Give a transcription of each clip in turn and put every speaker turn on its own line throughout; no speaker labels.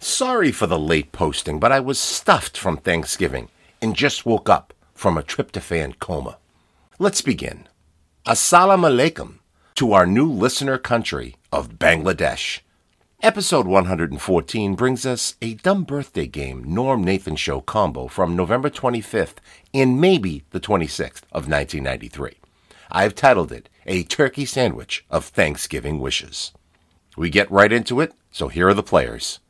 sorry for the late posting, but I was stuffed from Thanksgiving and just woke up from a tryptophan coma. Let's begin. Assalamu alaikum to our new listener country of Bangladesh. Episode 114 brings us a dumb birthday game Norm Nathan Show combo from November 25th and maybe the 26th of 1993. I've titled it A Turkey Sandwich of Thanksgiving Wishes. We get right into it, so here are the players.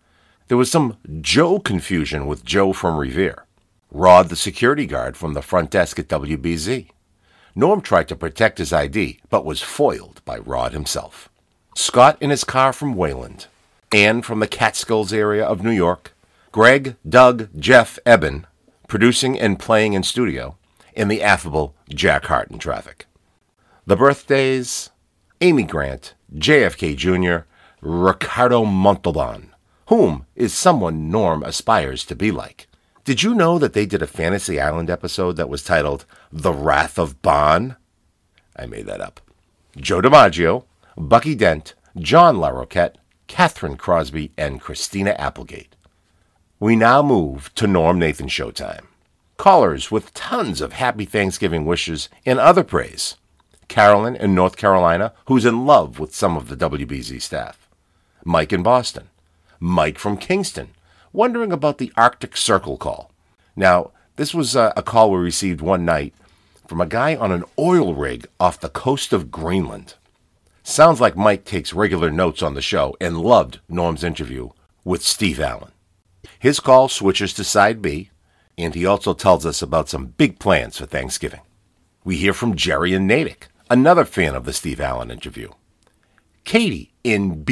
There was some Joe confusion with Joe from Revere. Rod, the security guard from the front desk at WBZ. Norm tried to protect his ID, but was foiled by Rod himself. Scott in his car from Wayland. Ann from the Catskills area of New York. Greg, Doug, Jeff Eben, producing and playing in studio. And the affable Jack Hart in traffic. The birthdays Amy Grant, JFK Jr., Ricardo Montalban, whom is someone Norm aspires to be like. Did you know that they did a Fantasy Island episode that was titled The Wrath of Bon? I made that up. Joe DiMaggio, Bucky Dent, John LaRoquette, Catherine Crosby, and Christina Applegate. We now move to Norm Nathan Showtime. Callers with tons of happy Thanksgiving wishes and other praise. Carolyn in North Carolina, who's in love with some of the WBZ staff. Mike in Boston. Mike from Kingston, wondering about the Arctic Circle call. Now, this was uh, a, a call we received one night from a guy on an oil rig off the coast of Greenland. Sounds like Mike takes regular notes on the show and loved Norm's interview with Steve Allen. His call switches to side B, and he also tells us about some big plans for Thanksgiving. We hear from Jerry and Natick, another fan of the Steve Allen interview. Katie in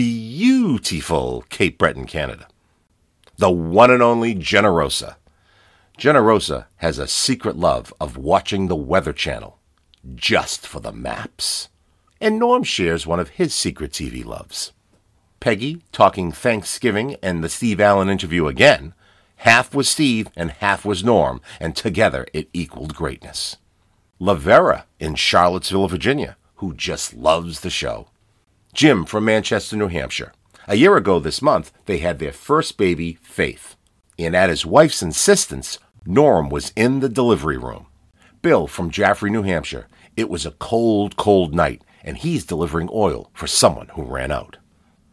beautiful Cape Breton, Canada. The one and only Generosa. Generosa has a secret love of watching the Weather Channel just for the maps. And Norm shares one of his secret TV loves. Peggy talking Thanksgiving and the Steve Allen interview again. Half was Steve and half was Norm, and together it equaled greatness. Lavera in Charlottesville, Virginia, who just loves the show. Jim from Manchester, New Hampshire. A year ago this month, they had their first baby, Faith. And at his wife's insistence, Norm was in the delivery room. Bill from Jaffrey, New Hampshire. It was a cold, cold night, and he's delivering oil for someone who ran out.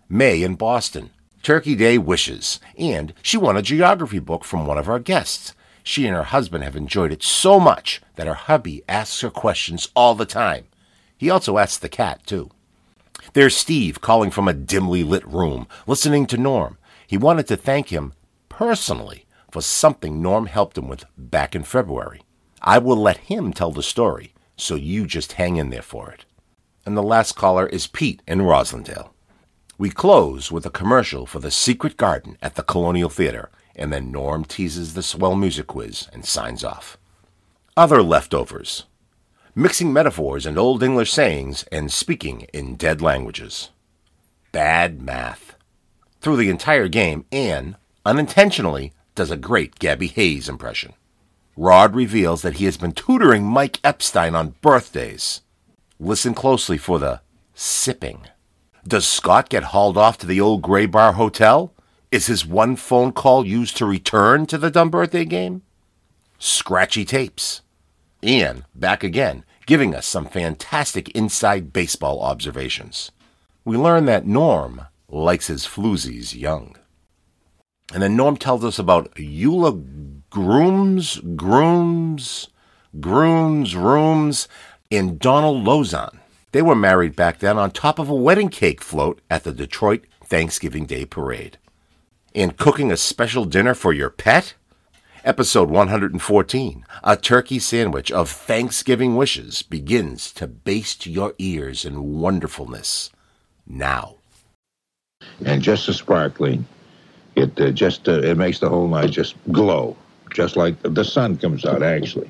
May in Boston. Turkey Day wishes, and she won a geography book from one of our guests. She and her husband have enjoyed it so much that her hubby asks her questions all the time. He also asks the cat, too. There's Steve calling from a dimly lit room, listening to Norm. He wanted to thank him personally for something Norm helped him with back in February. I will let him tell the story, so you just hang in there for it. And the last caller is Pete in Roslindale. We close with a commercial for the Secret Garden at the Colonial Theater, and then Norm teases the swell music quiz and signs off. Other leftovers mixing metaphors and Old English sayings and speaking in dead languages. Bad math. Through the entire game, Anne, unintentionally, does a great Gabby Hayes impression. Rod reveals that he has been tutoring Mike Epstein on birthdays. Listen closely for the sipping. Does Scott get hauled off to the old Gray Bar Hotel? Is his one phone call used to return to the dumb birthday game? Scratchy tapes. Ian back again, giving us some fantastic inside baseball observations. We learn that Norm likes his floozies young. And then Norm tells us about Eula Grooms, Grooms, Grooms, Rooms, and Donald Lozon. They were married back then on top of a wedding cake float at the Detroit Thanksgiving Day Parade. And cooking a special dinner for your pet? Episode 114 A Turkey Sandwich of Thanksgiving Wishes begins to baste your ears in wonderfulness now.
and just as sparkling. It uh, just uh, it makes the whole night just glow, just like the sun comes out. Actually,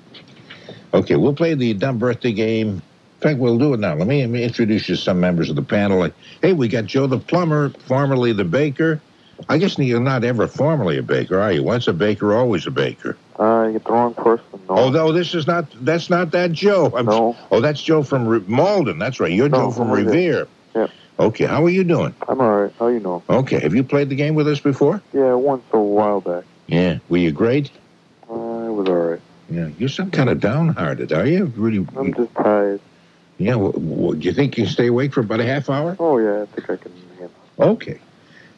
okay, we'll play the dumb birthday game. In fact, we'll do it now. Let me, let me introduce you to some members of the panel. Like, hey, we got Joe the plumber, formerly the baker. I guess you're not ever formerly a baker, are you? Once a baker, always a baker.
Uh, you get the wrong person. No.
Although this is not that's not that Joe. I'm
no.
Oh, that's Joe from Re- Malden. That's right. You're
No,
Joe from
from Revere.
Revere.
Yeah.
Okay, how are you doing?
I'm alright. How you know?
Okay, have you played the game with us before?
Yeah, once a while back.
Yeah. Were you great?
Uh, it was alright.
Yeah. You're some kind of downhearted, are you? Really?
I'm just tired.
Yeah. Well, well, do you think you can stay awake for about a half hour?
Oh yeah, I think I can handle
Okay.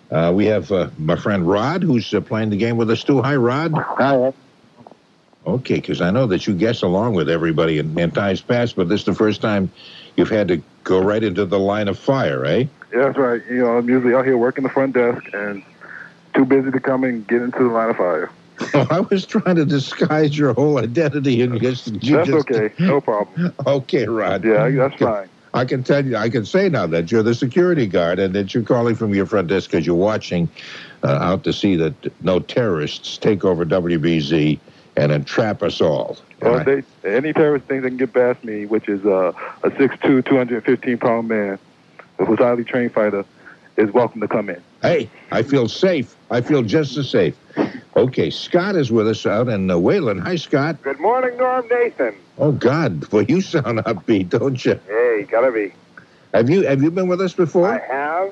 Uh, we have uh, my friend Rod, who's uh, playing the game with us too. Hi, Rod.
Hi.
Okay, because I know that you guess along with everybody in, in times past, but this is the first time you've had to go right into the line of fire, eh?
Yeah, that's right. You know, I'm usually out here working the front desk and too busy to come and get into the line of fire.
I was trying to disguise your whole identity and just. You
that's
just-
okay. No problem.
Okay, Rod.
Yeah, that's fine.
I can tell you, I can say now that you're the security guard and that you're calling from your front desk because you're watching uh, out to see that no terrorists take over WBZ and entrap us all.
Well,
Right.
Uh, they, any terrorist thing that can get past me, which is uh, a 6'2", 215 pound man who's a highly trained fighter, is welcome to come in.
Hey, I feel safe. I feel just as safe. Okay, Scott is with us out in uh, Wayland. Hi, Scott.
Good morning, Norm Nathan.
Oh God, well you sound upbeat, don't you?
Hey, gotta be.
Have you have you been with us
I
before?
have.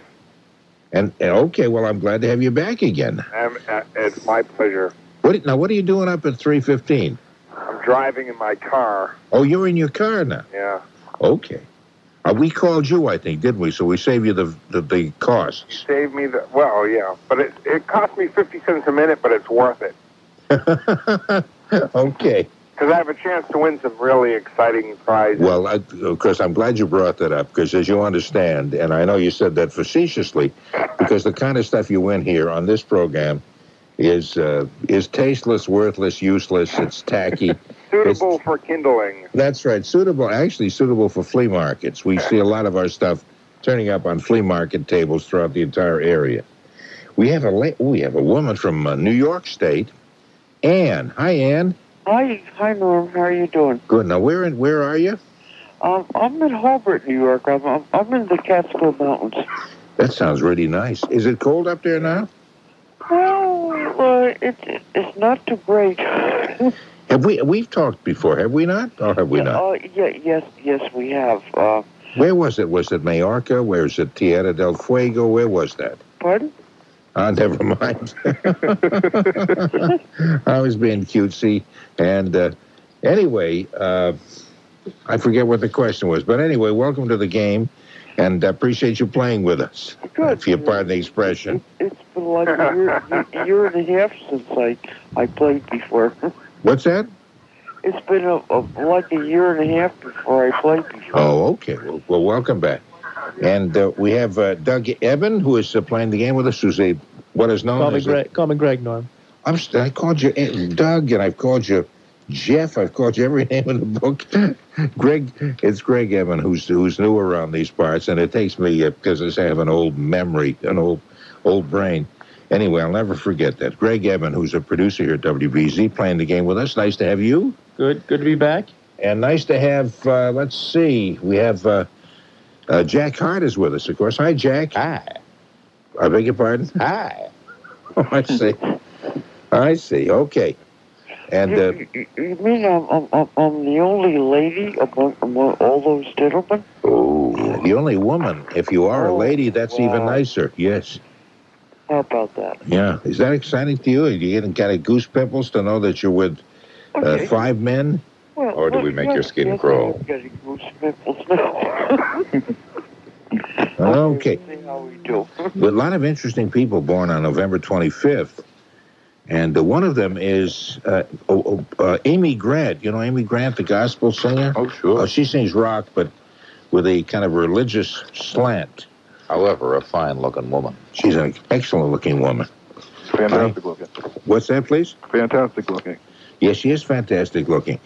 And, and okay, well I'm glad to have you back again.
Um, uh, it's my pleasure.
What now? What are you doing up at three fifteen?
I'm driving in my car.
Oh, you're in your car now.
Yeah.
Okay. Uh, we called you, I think, didn't we? So we save you the the, the
You
costs.
saved me the. Well, yeah, but it it cost me fifty cents a minute, but it's worth it
okay.
because I have a chance to win some really exciting prizes.
Well, I, of course, I'm glad you brought that up because, as you understand, and I know you said that facetiously, because the kind of stuff you win here on this program is uh, is tasteless, worthless, useless. It's tacky.
Suitable for kindling.
That's right. Suitable, actually, suitable for flea markets. We see a lot of our stuff turning up on flea market tables throughout the entire area. We have a la- we have a woman from uh, New York State, Ann. Hi, Ann.
Hi, hi Norm. How are you doing?
Good. Now, where in, where are you?
Um, I'm in Hobart, New York. I'm I'm, I'm in the Catskill Mountains.
That sounds really nice. Is it cold up there now?
Well, uh, it, it's not too great.
Have we we've talked before? Have we not? Or have we not?
Uh, yeah, yes, yes, we have. Uh,
Where was it? Was it Majorca? Where is it? Tierra del Fuego? Where was that?
pardon?
Ah, never mind. I was being cutesy. And uh, anyway, uh, I forget what the question was. But anyway, welcome to the game, and I appreciate you playing with us.
Good.
If you pardon the expression.
It's been like a year, a year and a half since I I played before.
What's that?
It's been a, a, like a year and a half before I played before.
Oh, okay. Well, well welcome back. And uh, we have uh, Doug Evan, who is uh, playing the game with us, who's a, what is known
Call me
as a-
Greg. Call me Greg, Norm.
I'm st- I called you Aunt Doug, and I've called you Jeff. I've called you every name in the book. Greg, it's Greg Evan who's who's new around these parts, and it takes me because I have an old memory, an old old brain. Anyway, I'll never forget that. Greg Evan, who's a producer here at WBZ, playing the game with us. Nice to have you,
Good. Good to be back.
and nice to have. Uh, let's see, we have uh, uh, Jack Hart is with us, of course. Hi, Jack. Hi. I beg your pardon. Hi. Oh, I see. I see. Okay. And uh,
you, you, you mean I'm, I'm, I'm- I'm the only lady among, among all those gentlemen? Oh,
oh, the only woman. If you are a lady, that's even
Wow.
nicer. Yes.
How about that?
Yeah. Is that exciting to you? Are you getting kind of goose pimples to know that you're with uh,
Okay.
five men?
Well,
Or do we
well,
make your skin crawl?
I'm getting goose pimples now.
Okay.
See how we do.
with a lot of interesting people born on November 25th. And uh, one of them is uh, oh, oh, uh, Amy Grant. You know Amy Grant, the gospel singer?
Oh,
Oh,
sure.
she sings rock, but with a kind of religious slant.
However, a fine looking woman.
She's an excellent looking woman.
Fantastic looking.
What's that, please?
Fantastic looking.
Yes, she is fantastic looking.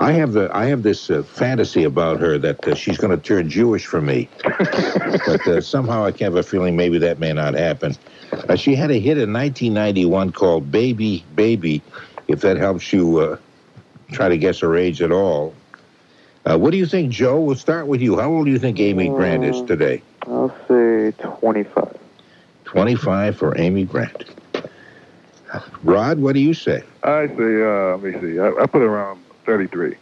I have the I have this uh, fantasy about her that uh, she's going to turn Jewish for me, but uh, somehow I can have a feeling maybe that may not happen. Uh, she had a hit in 1991 called "Baby Baby," if that helps you uh, try to guess her age at all. Uh, what do you think, Joe? We'll start with you. How old do you think Amy Grant is today?
Mm, I'll say 25.
25 for Amy Grant. Rod, what do you say?
I say, uh, let me see. I, I put it around 33.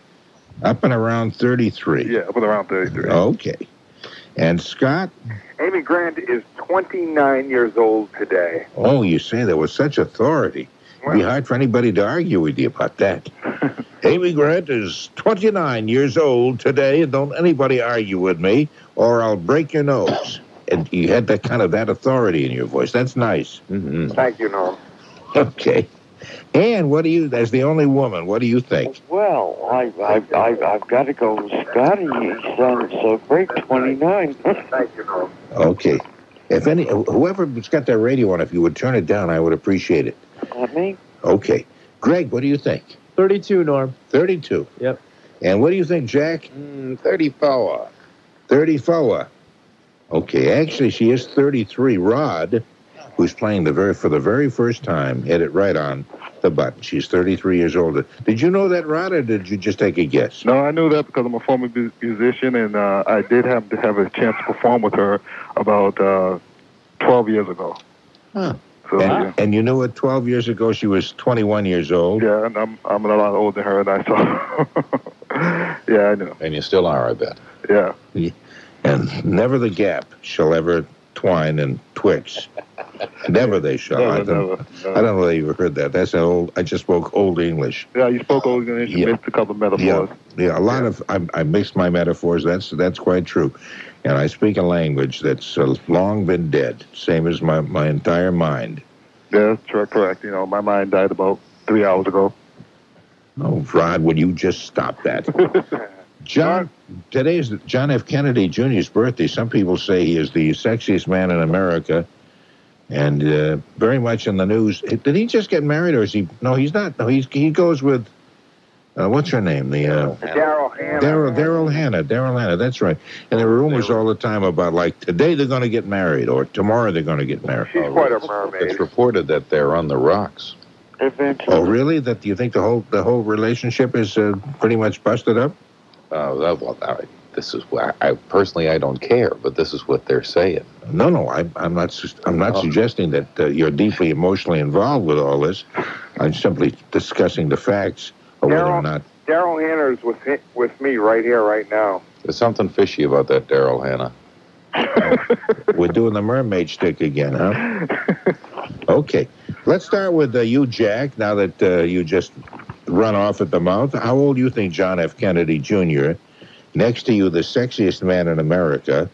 Up and around 33.
Yeah, I put it around 33.
Okay. And Scott,
Amy Grant is 29 years old today.
oh, you say that with such authority. It'd be
Well,
hard for anybody to argue with you about that. Amy Grant is 29 years old today, and don't anybody argue with me, or I'll break your nose. And you had that kind of that authority in your voice. That's nice. hmm
Thank you, Norm.
Okay. And what do you? As the only woman, what do you think?
Well, I, I, I, I've got to go with Scotty. He sounds so great, 29.
Thank you, Norm.
Okay. If any, whoever's got their radio on, if you would turn it down, I would appreciate it.
Not me.
Okay. Greg, what do you think?
32, Norm.
32.
Yep.
And what do you think, Jack?
Mm, 34.
34. Okay, actually, she is 33. Rod, who's playing the very for the very first time, hit it right on the button. She's 33 years old. Did you know that, Rod, or did you just take a guess?
No, I knew that because I'm a former mu- musician, and uh, I did happen to have a chance to perform with her about uh, 12 years ago.
Huh.
So,
And, and you know what? 12 years ago, she was 21 years old.
yeah, yeah, and I'm I'm a lot older than her, and I saw. yeah, I know.
And you still are, I bet.
Yeah,
And never the gap shall ever twine and twix. never they shall. I,
never,
don't,
never.
I don't know whether you heard that. That's an old, I just spoke old English.
Yeah, you spoke old English. You
Yeah.
missed a couple of metaphors.
Yeah, a lot of I, I mix my metaphors. That's that's quite true, and I speak a language that's uh, long been dead, same as my my entire mind.
Yeah, that's correct, correct. You know, my mind died about three hours ago.
Oh, Rod, will you just stop that? John, today's John F. Kennedy Jr.'s birthday. Some people say he is the sexiest man in America, and uh, very much in the news. Did he just get married, or is he? No, he's not. No, he's he goes with. Uh, what's her name? The uh,
Daryl Hannah.
Daryl Daryl Hannah, Daryl Hannah, that's right. And there were rumors all the time about like today they're going to get married or tomorrow they're going to get married. Oh,
She's quite a
It's
mermaid.
reported that they're on the rocks.
Eventually.
Oh, really? That do you think the whole the whole relationship is uh, pretty much busted up?
Uh, that- well, I, this is why I personally I don't care, but this is what they're saying.
No, no, I, I'm not. sus- I'm not
Oh.
suggesting that uh, you're deeply emotionally involved with all this. I'm simply discussing the facts of whether or
Daryl-
not.
Daryl Hannah is with, hi- with me right here, right now.
There's something fishy about that Daryl Hannah.
We're doing the mermaid stick again, huh? Okay. Let's start with uh, you, Jack, now that uh, you just run off at the mouth. How old do you think John F. Kennedy Jr., next to you, the sexiest man in America,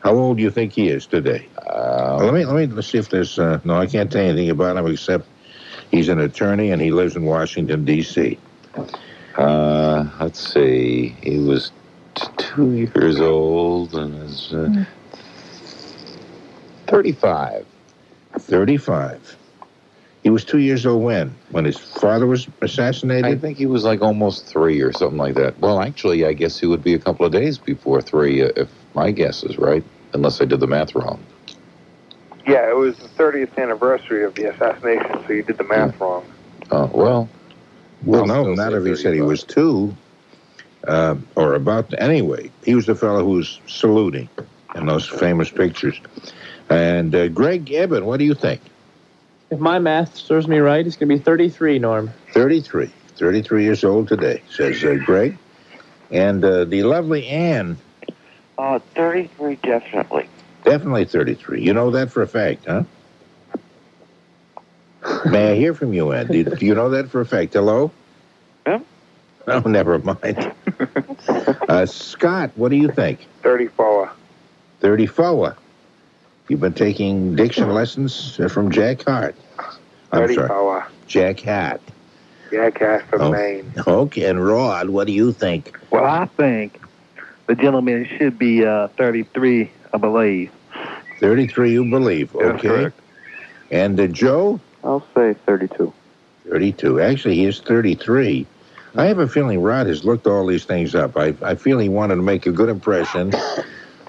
how old do you think he is today? Uh,
Uh,
let me let me let's see if there's. Uh, no, I can't tell you anything about him except he's an attorney and he lives in Washington, D.C.
uh, let's see. He was t- two years old and is uh, 35.
35. He was two years old when? When his father was
I
assassinated?
think he was like almost three or something like that. uh, Well, actually, I guess he would be a couple of days before three, uh, if my guess is right, unless I did the math wrong.
Yeah, it was the 30th anniversary of the assassination, so you did the math wrong.
Uh, well,
Well,
I'll
no,
still
not
say
if he said he
35.
was two, uh, or about. Anyway, he was the fellow who was saluting in those famous pictures. And uh, Greg Ebbett, what do you think?
If my math serves me right, it's going to be 33, Norm.
33, 33 years old today, says uh, Greg. And uh, the lovely Anne,
Uh, 33, definitely.
definitely 33. You know that for a fact, huh? May I hear from you, Anne? Do, do you know that for a fact? Hello?
Yeah.
Oh, never mind. uh, Scott, what do you think?
34.
34. You've been taking diction lessons from Jack Hart. I'm sorry,
34.
Jack Hart.
Yeah, cash from
Oh.
Maine.
Okay, and Rod, what do you think?
Well, I think the gentleman should be uh, 33, I believe.
33, you believe.
That's
Okay.
correct.
And uh, Joe,
I'll say 32.
32. Actually, he is 33. I have a feeling Rod has looked all these things up. I, I feel he wanted to make a good impression.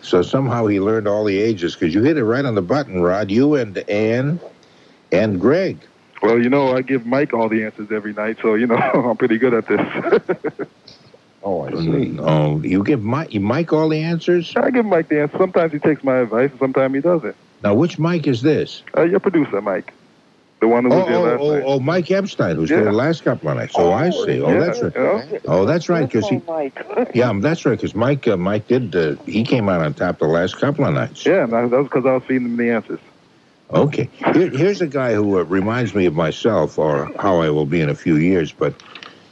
So somehow he learned all the ages because you hit it right on the button, Rod. You and Ann and Greg.
Well, you know, I give Mike all the answers every night, so you know I'm pretty good at this.
oh, I
Oh, you give Mike, Mike all the answers?
I give Mike the answer. Sometimes he takes my advice, and sometimes he doesn't.
Now, which Mike is this?
Uh, your producer, Mike. The one who was
Oh,
there
oh,
last
oh,
night.
oh, Mike Epstein, who's
Yeah.
there the last couple of nights. Oh, I see. Oh,
yeah.
that's right.
right.
Oh, that's right, 'cause he-
Mike.
Yeah, um, that's right. Because Mike, uh, Mike did. Uh, he came out on top the last couple of nights.
Yeah, and I- that was because I was feeding them the answers.
Okay. Here, here's a guy who uh, reminds me of myself or how I will be in a few years, but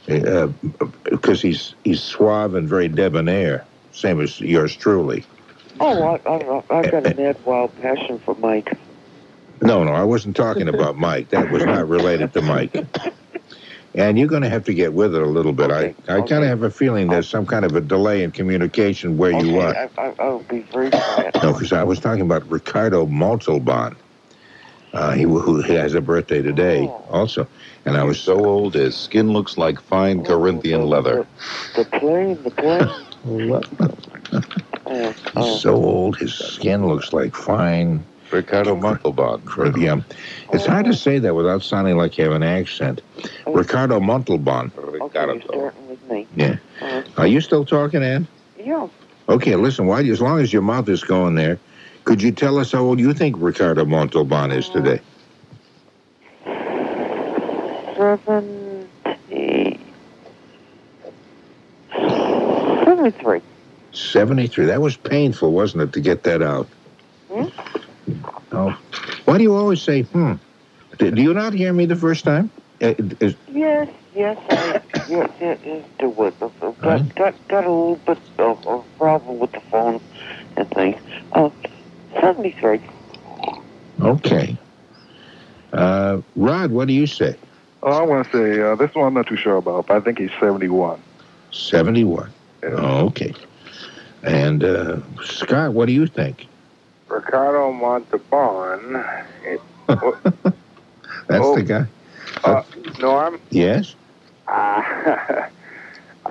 because he's he's suave and very debonair, same as yours truly.
Oh, I, I, I've got a mad wild passion for Mike.
No, no, I wasn't talking about Mike. That was not related to Mike. And you're going to have to get with it a little bit.
Okay,
I, I kind
okay.
of have a feeling there's some kind of a delay in communication where you are.
I, I, I'll be very quiet.
No, because I was talking about Ricardo Montalban. Uh, he who has a birthday today
Oh.
also, and I was so
So old his skin looks like
Oh,
fine Corinthian leather.
The plane, the plane. Oh,
He's
oh.
so old, his skin looks like fine.
Ricardo Montalban.
cr- Yeah. It's hard
Oh.
to say that without sounding like you have an accent. Ricardo Montalban.
Oh,
Okay, you're starting with me.
Yeah.
Uh,
Are you still talking, Ann?
yeah.
Okay, listen, why, as long as your mouth is going there, could you tell us how old you think Ricardo Montalban is today?
Seventy. Seventy-three.
73. That was painful, wasn't it, to get that out?
Hmm?
Oh. Why do you always say, hmm? Do do you not hear me the first time? Uh, is-
Yes, yes, I, yes, yes, yes, do it. I've got, got, got a little bit of a problem with the phone and things. Uh, 73.
Okay. Uh, Rod, what do you say?
Oh, I want to say uh, this one I'm not too sure about, but I think he's 71.
71.
Yeah.
Oh, okay. And uh, Scott, what do you think?
Ricardo Montalban.
That's
Oh.
the guy.
Uh, Norm,
Yes.
uh, I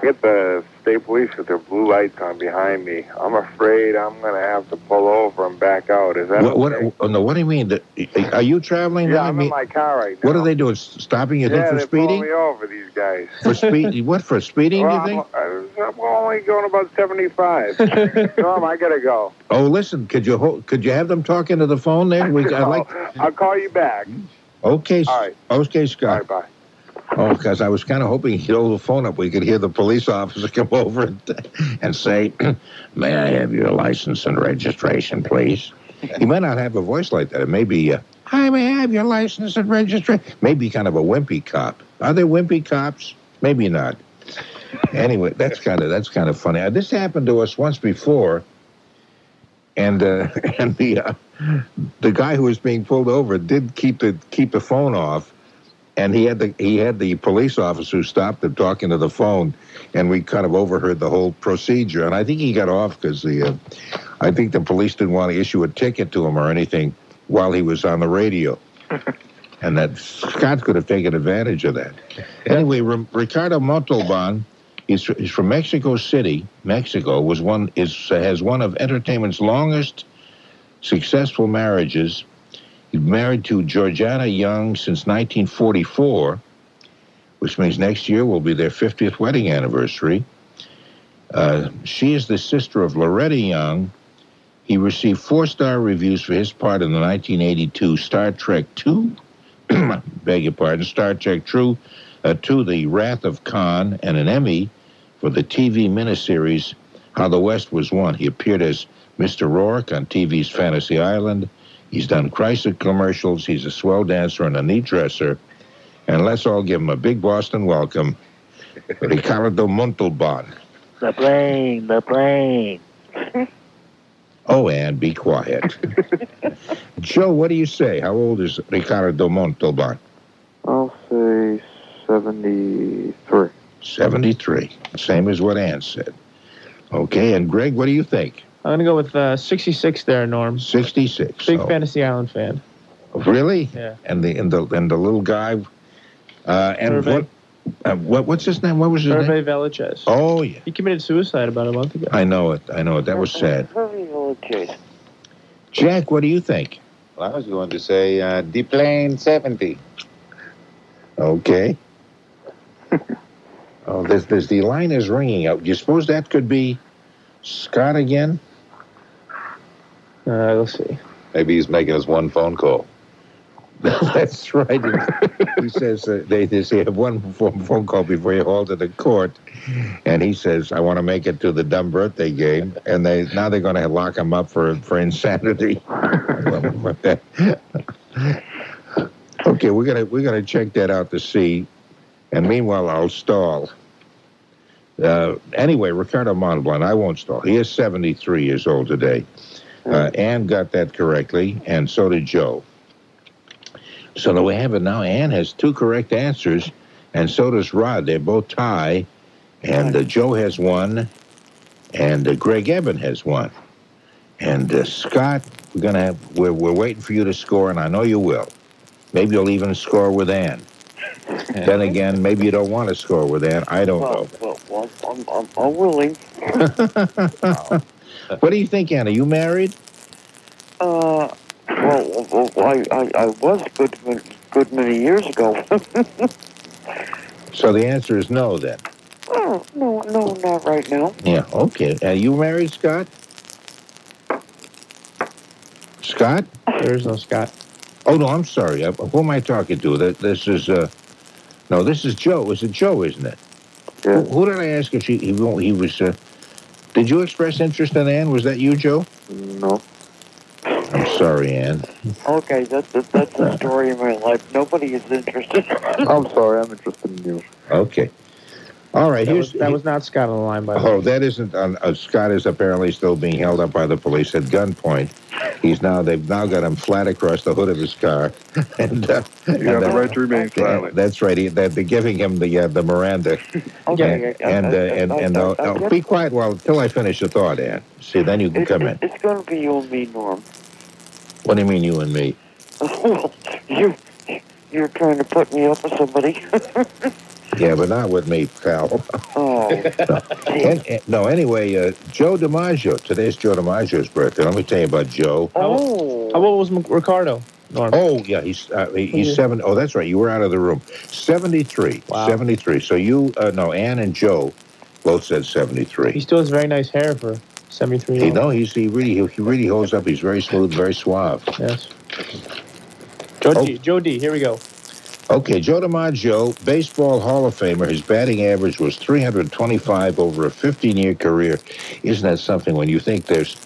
get the state police with their blue lights on behind me. I'm afraid I'm gonna have to pull over and back out. Is that
What, what,
okay?
oh, no, what do you mean? that- Are you traveling?
yeah,
now? I
I'm
mean,
in my car right now.
what are they doing? S- Stopping you
yeah,
think for
they pulled
speeding?
me over these guys.
For speeding? What for speeding?
Well,
you
I'm,
think?
I- I'm only going about 75. Norm, I gotta go.
Oh, listen. Could you ho- could you have them talk into the phone there? We, I like.
I'll call you back.
Okay. s-
All right.
Okay,
All
Scott.
right, bye.
Oh, because I was kind of hoping he'd hold the phone up. We could hear the police officer come over and, and say, May I have your license and registration, please? He might not have a voice like that. It may be, uh, Hi, may I have your license and registration? Maybe kind of a wimpy cop. Are there wimpy cops? Maybe not. Anyway, that's kind of that's kind of funny. Uh, This happened to us once before, and uh, and the uh, the guy who was being pulled over did keep the keep the phone off, and he had the he had the police officer who stopped him talking to the phone, and we kind of overheard the whole procedure. And I think he got off because the, uh, I think the police didn't want to issue a ticket to him or anything while he was on the radio, and that Scott could have taken advantage of that. Anyway, Ri- Ricardo Montalban. Is, is from Mexico City. Mexico was one is has one of entertainment's longest successful marriages. He's married to Georgiana Young since 1944, which means next year will be their 50th wedding anniversary. Uh, she is the sister of Loretta Young. He received four star reviews for his part in the 1982 Star Trek II, beg your pardon, Star Trek True, uh, to The Wrath of Khan, and an Emmy for the TV miniseries How the West Was Won. He appeared as Mr. Rourke on TV's Fantasy Island. He's done Chrysler commercials. He's a swell dancer and a neat dresser. And let's all give him a big Boston welcome. Ricardo Montalban.
The plane, the plane.
Oh, and be quiet. Joe, what do you say? How old is Ricardo Montalban?
I'll say 73.
73. Same as what Ann said. Okay, and Greg, what do you think?
I'm going to go with uh, 66 there, Norm.
66.
Big
Oh,
Fantasy Island fan.
Really?
Yeah.
And the and the and the little guy. Uh, and
Hervé.
what, uh, what? What's his name? What was his name?
Hervé Velaches.
Oh yeah,
He committed suicide about a month ago.
I know it. I know it. That was sad.
Very religious.
Jack, what do you think?
Well, I was going to say uh, Deplane 70.
Okay. oh, this, this the line is ringing out. Do you suppose that could be Scott again?
Uh, let's see.
Maybe he's making us one phone call.
That's right. he says uh, they, they say have one phone, phone call before you halted the court, and he says I want to make it to the dumb birthday game, and they now they're going to lock him up for for insanity. okay, we're gonna we're gonna check that out to see, and meanwhile I'll stall. Uh, anyway, Ricardo Montalban, I won't stall. He is 73 years old today. Uh, Ann got that correctly, and so did Joe. So that we have it now. Ann has two correct answers, and so does Rod. They're both tie, and uh, Joe has one, and uh, Greg Evan has one. And uh, Scott, we're gonna have we're, we're waiting for you to score, and I know you will. Maybe you'll even score with Ann. then again, maybe you don't want to score with Ann. I don't know.
Well, well, well, I'm, I'm, I'm willing.
What do you think, Ann? Are you married?
Uh, well, well, well, I, I, I was good, ma- good many years ago.
So the answer is no. Then.
oh, no, no, not right now.
Yeah. Okay. Are you married, Scott? Scott?
There is no Scott.
Oh no, I'm sorry. Uh, Who am I talking to? That this is. Uh, no, this is Joe. Is it Joe? Isn't it?
Yeah.
Who, who did I ask if she? He, won't- he was. Uh, did you express interest in Ann? Was that you, Joe?
No.
I'm sorry, Ann.
Okay, that's the, that's the story of my life. Nobody is interested.
I'm sorry. I'm interested in you.
Okay. All right.
That
here's
was, that was not Scott on the line, by the way.
Oh, that isn't. Uh, uh, Scott is apparently still being held up by the police at gunpoint. He's now. They've now got him flat across the hood of his car, and, uh,
You have
and,
the
uh,
right to remain silent.
that's right. He, they're, they're giving him the uh, the Miranda
Okay, I- I-
and uh,
I-
and
I-
and
I-
uh,
I-
uh, be quiet while until I finish the thought, Ann. See, then you can
it-
come
it-
in.
It's going to be you and me, Norm.
What do you mean, you and me?
well, you, you're trying to put me up with somebody.
Yeah, but not with me, pal.
oh,
And- and- no, anyway, uh, Joe DiMaggio. Today's Joe DiMaggio's birthday. Let me tell you about Joe.
oh.
How old was Mc- Ricardo? Norm.
Oh yeah, he's uh, he- he's
Yeah.
seven oh that's right. You were out of the room. Seventy three.
Wow.
Seventy three. So you uh, no Ann and Joe both said seventy
He
three.
still has very nice hair for 73
You
years old.
know he's he really he really holds up. He's very smooth, very suave. Oh,
Yes. Joe D, Joe D, here we go.
Okay, Joe DiMaggio, baseball Hall of Famer. His batting average was 325 over a 15-year career. Isn't that something? When you think there's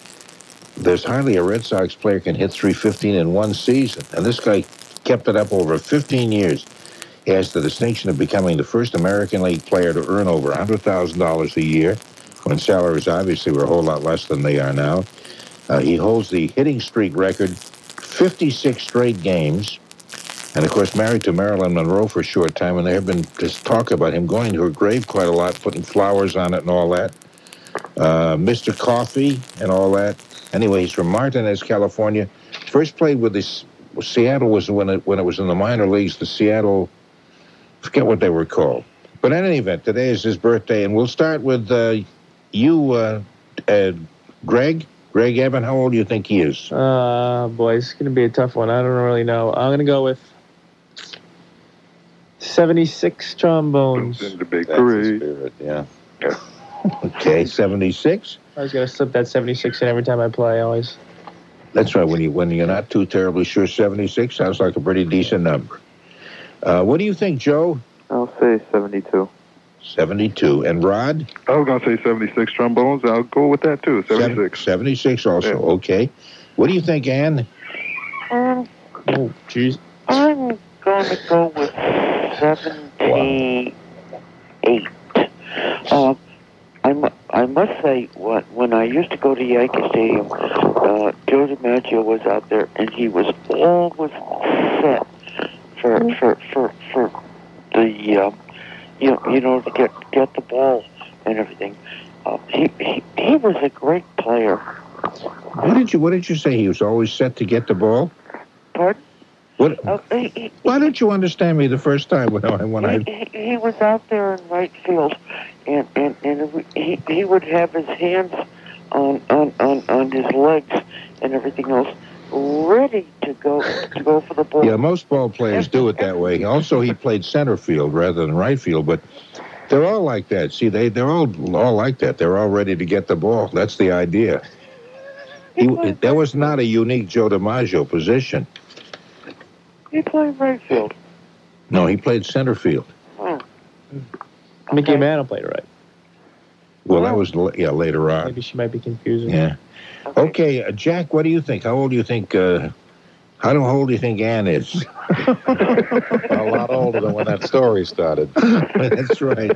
there's hardly a Red Sox player can hit 315 in one season, and this guy kept it up over 15 years. He has the distinction of becoming the first American League player to earn over $100,000 a year, when salaries obviously were a whole lot less than they are now. Uh, he holds the hitting streak record, 56 straight games. And of course, married to Marilyn Monroe for a short time, and there have been just talk about him going to her grave quite a lot, putting flowers on it and all that. Uh, Mr. Coffee and all that. Anyway, he's from Martinez, California. First played with the S- Seattle was when it when it was in the minor leagues. The Seattle, forget what they were called. But in any event, today is his birthday, and we'll start with uh, you, uh, uh, Greg. Greg Evan, how old do you think he is?
Uh, boy, it's going to be a tough one. I don't really know. I'm going to go with 76 trombones.
In the big
That's the
three.
spirit, yeah.
Okay, seventy-six.
I was going to slip that 76 in every time I play, always.
That's right. When you when you're not too terribly sure, seventy six sounds like a pretty decent number. Uh, what do you think, Joe?
I'll say 72.
Seventy two and Rod
I was gonna say 76 trombones. I'll go with that too. 76.
Seventy six also.
Yeah.
Okay. What do you think, Ann?
Um,
Oh, jeez.
I'm going to go with 78. Uh, I, mu- I must say, what, when I used to go to Yankee Stadium, uh, Joe DiMaggio was out there, and he was always set for for for, for the uh, you know, you know to get get the ball and everything. Uh, he, he he was a great player.
What did you What did you say? He was always set to get the ball.
Pardon?
What?
Uh, he, he,
Why don't you understand me the first time when I when I?
He, he, he was out there in right field, and and, and he he would have his hands on, on on on his legs and everything else, ready to go to go for the ball.
Yeah, most ball players do it that way. Also, he played center field rather than right field, but they're all like that. See, they they're all all like that. They're all ready to get the ball. That's the idea. He, that was not a unique Joe DiMaggio position.
He played right field.
No, he played center field.
Oh,
Mickey
Okay.
Mantle played right.
Well, that was la- yeah later on.
Maybe she might be confusing.
Yeah. Okay, uh, Jack. What do you think? How old do you think? Uh, how do- how old do you think Ann is?
a lot older than when that story started.
That's right.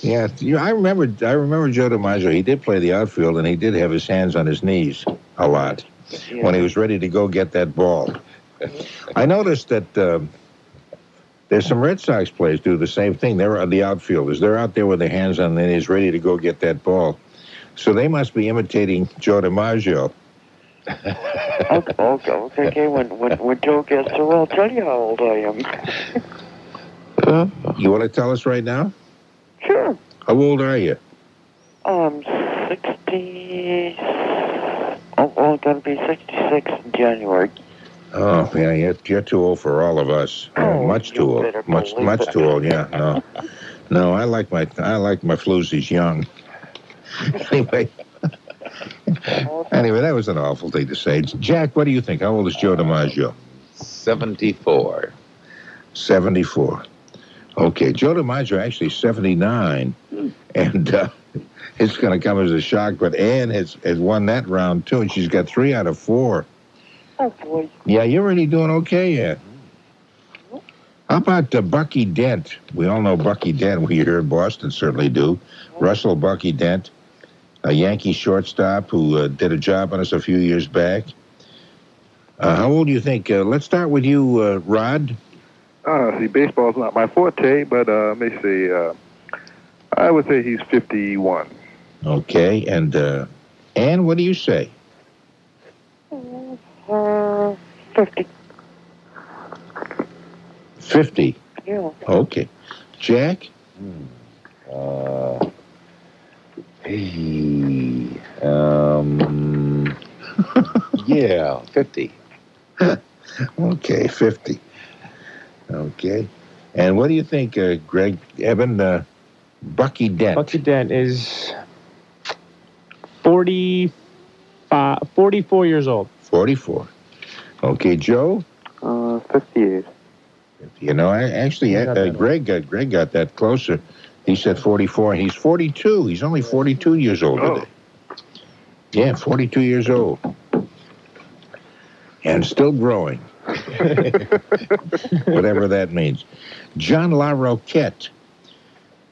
Yeah, you, I remember. I remember Joe DiMaggio. He did play the outfield, and he did have his hands on his knees a lot.
yeah.
when he was ready to go get that ball. I noticed that uh, there's some Red Sox players do the same thing. They're uh, the outfielders. They're out there with their hands on their knees, ready to go get that ball. So they must be imitating Joe DiMaggio.
okay, okay, okay, okay. When, when, when Joe gets through, I'll tell you how old I am.
You want to tell us right now?
Sure.
How old are you?
Um, 60. Oh, well, going to be 66 in January.
Oh, yeah, you're, you're too old for all of us. Oh,
Oh,
much
you
too
better
old. Much,
believe
much
it.
too old. Yeah, no, no. I like my, I like my floozies young. anyway, anyway, that was an awful thing to say. Jack, what do you think? How old is Joe DiMaggio?
74.
74. Okay, Joe DiMaggio actually 79, and uh, it's going to come as a shock, but Ann has, has won that round too, and she's got three out of four.
Oh, boy.
Yeah, you're really doing okay, Ann. How about uh, Bucky Dent? We all know Bucky Dent. We here in Boston certainly do. Russell Bucky Dent, a Yankee shortstop who uh, did a job on us a few years back. Uh, how old do you think? Uh, let's start with you, uh, Rod.
Uh, see, baseball's not my forte, but uh, let me see. Uh, I would say he's 51.
Okay, and uh, Ann, what do you say?
Uh, 50.
Fifty.
Yeah.
Okay, Jack.
Hmm. Uh, hey, um, yeah, 50.
Okay, fifty. Okay, and what do you think, uh, Greg, Evan, uh, Bucky Dent?
Bucky Dent is 45, 44 years old.
Forty-four. Okay, Joe.
Uh, 58.
You know, I, actually,
I got
uh,
that
Greg, uh, Greg got that closer. He said forty-four. He's forty-two. He's only forty-two years old
Oh.
today. Yeah, forty-two years old, and still growing. whatever that means. John La Roquette,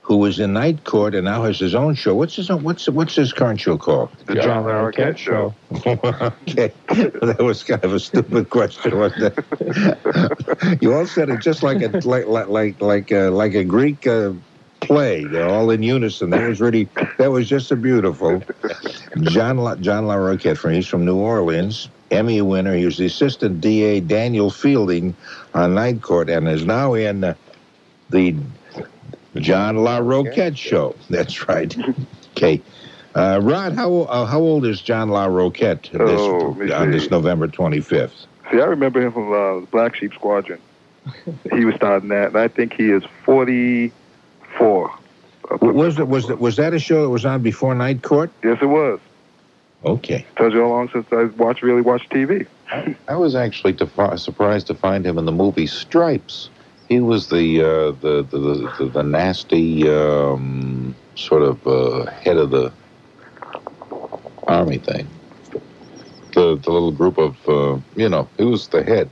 who was in Night Court and now has his own show. What's his own, what's what's his current show called?
The
Yeah.
John Larroquette Show.
okay, that was kind of a stupid question, wasn't it? you all said it just like a like like like like a, like a Greek. Uh, play they're all in unison that was really that was just a beautiful john La, john La Roquette, from he's from new orleans emmy winner he was the assistant da daniel fielding on night court and is now in uh, the john La Roquette show that's right okay uh, Rod, how uh, how old is John La Roquette this,
Oh, let me
on this
see.
November 25th?
See, I remember him from uh, Black Sheep Squadron. he was starting that, and I think he is 44.
W- Was it was it, was that a show that was on before Night Court?
Yes, it was.
Okay,
Tells you how long since I watched really watched TV.
I was actually defi- surprised to find him in the movie Stripes. He was the uh, the, the, the, the the nasty um, sort of uh, head of the army thing. The the little group of uh, you know he was the head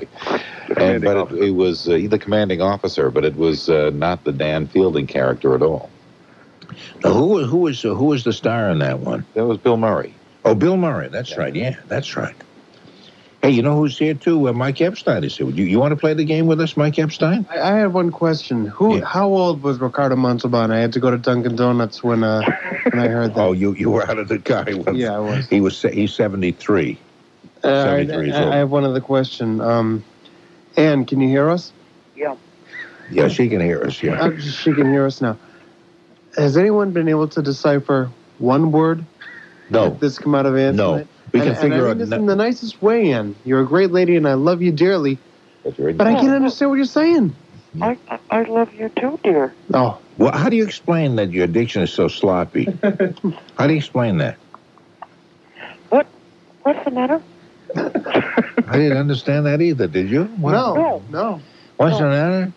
The
and
commanding
but
officer.
it, it was uh, the commanding officer, but it was uh, not the Dan Fielding character at all.
now, who who was uh, who was the star in that one?
That was Bill Murray.
Oh, Bill Murray. That's right. Yeah, that's right. Hey, you know who's here too? Uh, Mike Epstein is here. You, you want to play the game with us, Mike Epstein?
I, I had one question. Who?
Yeah.
How old was Ricardo Montalban? I had to go to Dunkin' Donuts when uh, when I heard that.
Oh, you you were out of the guy. When
yeah, I was.
He was se- he's 73.
Uh, all right,
73 years old.
I, I have one other question. Um, Anne, can you hear us?
Yeah, she can hear us. Yeah.
Uh, she can hear us now. Has anyone been able to decipher one word
No,
that's come out of Anne?
No.
tonight?
we can
and, and
figure
I mean
out.
this
no-
in the nicest way, Anne. You're a great lady, and I love you dearly.
But you're in-
But I can't understand what you're saying.
I, I, I love you too, dear.
Oh,
Well, how do you explain that your addiction is so sloppy? how do you explain that?
What's the matter?
I didn't understand that either. Did you? What-
No, no.
What's the matter?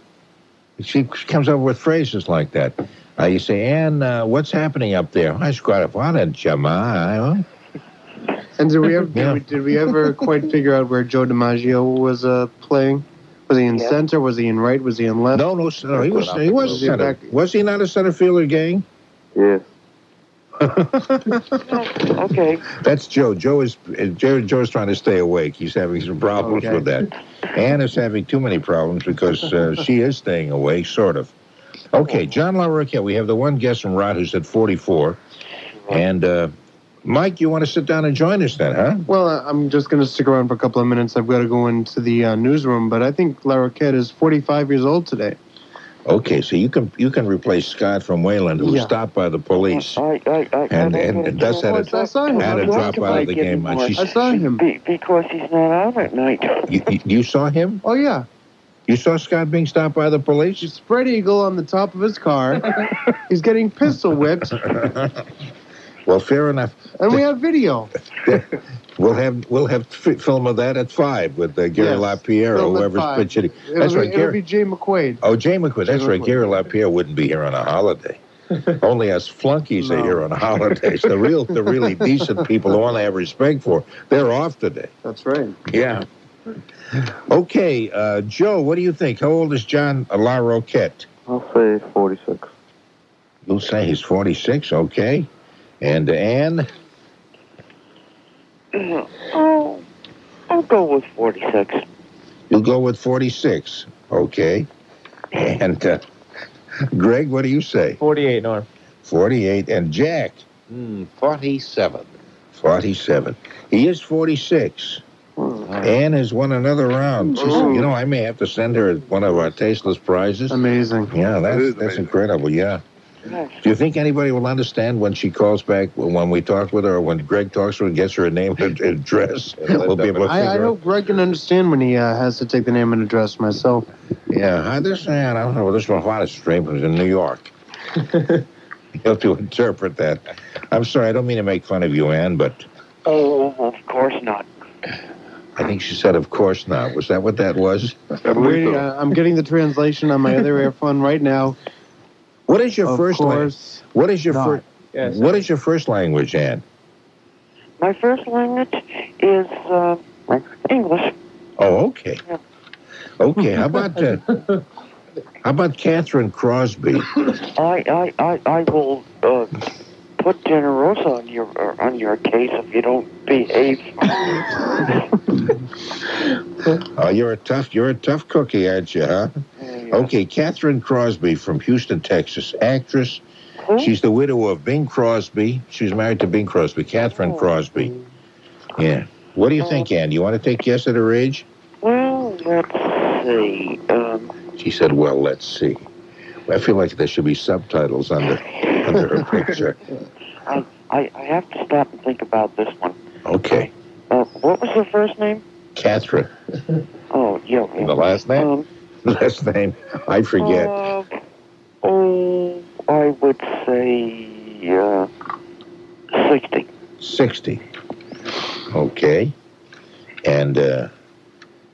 She comes up with phrases like that. Uh, you say, Ann, uh, what's happening up there? I squat up on it, Jama.
And did we ever did,
Yeah.
we, did we ever quite figure out where Joe DiMaggio was uh, playing? Was he in
Yeah.
center? Was he in right? Was he in left?
No, no, no. He was, he was
he
center.
back-
Was he not a center fielder, gang?
Yeah.
Okay.
That's Joe. Joe is uh, Joe, Joe's trying to stay awake. He's having some problems
Okay.
with that. Ann is having too many problems because uh, she is staying awake, sort of. Okay, John LaRocca. We have the one guest from Rod who's at 44. And uh, Mike, you want to sit down and join us then, huh?
Well, I- I'm just going to stick around for a couple of minutes. I've got to go into the uh, newsroom, but I think Larroquette is 45 years old today.
Okay, so you can you can replace Scott from Wayland, who was
Yeah.
stopped by the police.
I, I, I,
And-
I
and- and that's at
a- at a
drop out of the game, man. She's-
I saw him.
Be, because he's not on at night.
You, you, you saw him?
Oh yeah,
You saw Scott being stopped by the
he's
police?
spread eagle on the top of his car. He's getting pistol whipped,
well, fair enough.
and we have video.
We'll have we'll have f- film of that at five with uh, Gary
Yes,
LaPierre,
film at
whoever's
five.
pitching.
It'll,
That's
be,
right,
it'll
Gary.
be Jay McQuaid.
Oh, Jay McQuaid. That's
Jay
right.
McQuaid.
Gary LaPierre wouldn't be here on a holiday. Only us flunkies are
No.
here on holidays. The real, the really decent people, the one I have respect for, they're off today.
That's right.
Yeah. Okay, uh, Joe, what do you think? How old is John La Roquette?
I'll say 46.
You'll say he's 46, okay. And Anne,
oh, I'll go with 46.
you'll go with 46, okay. And uh, Greg, what do you say?
48, Norm.
48. And Jack, Hmm,
Mm, 47.
47. He is 46. Anne has won another round. She said, you know, I may have to send her one of our tasteless prizes.
Amazing.
That
Yeah,
is
that's, that's
amazing.
incredible, yeah.
Yes.
Do you think anybody will understand when she calls back, when we talk with her, or when Greg talks to her and gets her a name and address? We'll be able to
I, I
figure out.
hope Greg can understand when he uh, has to take the name and address myself.
Yeah, hi, this uh, man, I don't know, this Mojada Stream was in New York. you have to interpret that. I'm sorry, I don't mean to make fun of you, Ann, but
Oh, of course not.
I think she said, of course not. Was that what that was?
I
I'm,
believe
waiting-
so.
uh, I'm getting the translation on my other earphone right now.
What is your
of
first language?
course.
What is your
not.
first?
Yes.
What is your first language, Ann?
My first language is uh, English.
Oh, okay.
Yeah.
Okay, how about uh, how about Catherine Crosby?
I, I, I, I will uh, put Generosa on your uh, on your case if you don't behave.
Oh, you're a tough, you're a tough cookie, aren't you, huh? Okay, Catherine Crosby from Houston, Texas, actress.
Who?
She's the widow of Bing Crosby. She's married to Bing Crosby, Catherine
Oh.
Crosby. Yeah. What do you think, Ann? You want to take guess at her age?
Well, let's see. Um,
She said, "Well, let's see." I feel like there should be subtitles under under her picture.
I, I have to stop and think about this one.
Okay,
Uh, what was her first name?
Catherine.
Oh, yeah.
And the last name?
Um,
Last name? I forget.
uh, oh, I would say uh, 60.
60. Okay. And uh,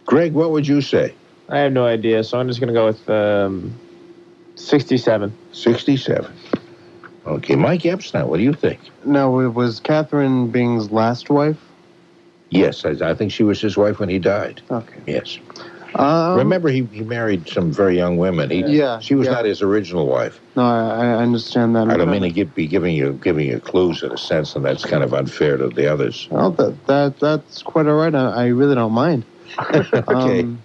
Greg, what would you say?
I have no idea, so I'm just going to go with um, 67.
67. Okay. Mike Epstein, what do you think?
No, it was Catherine Bing's last wife.
Yes, I, I think she was his wife when he died.
Okay.
Yes.
Um,
Remember, he, he married some very young women. He,
Yeah,
She was
yeah.
not his original wife.
No, I, I understand that.
I don't mean to give, be giving you giving you clues in a sense, and that's kind of unfair to the others.
Well, that, that that's quite all right. I, I really don't mind.
Okay.
Um,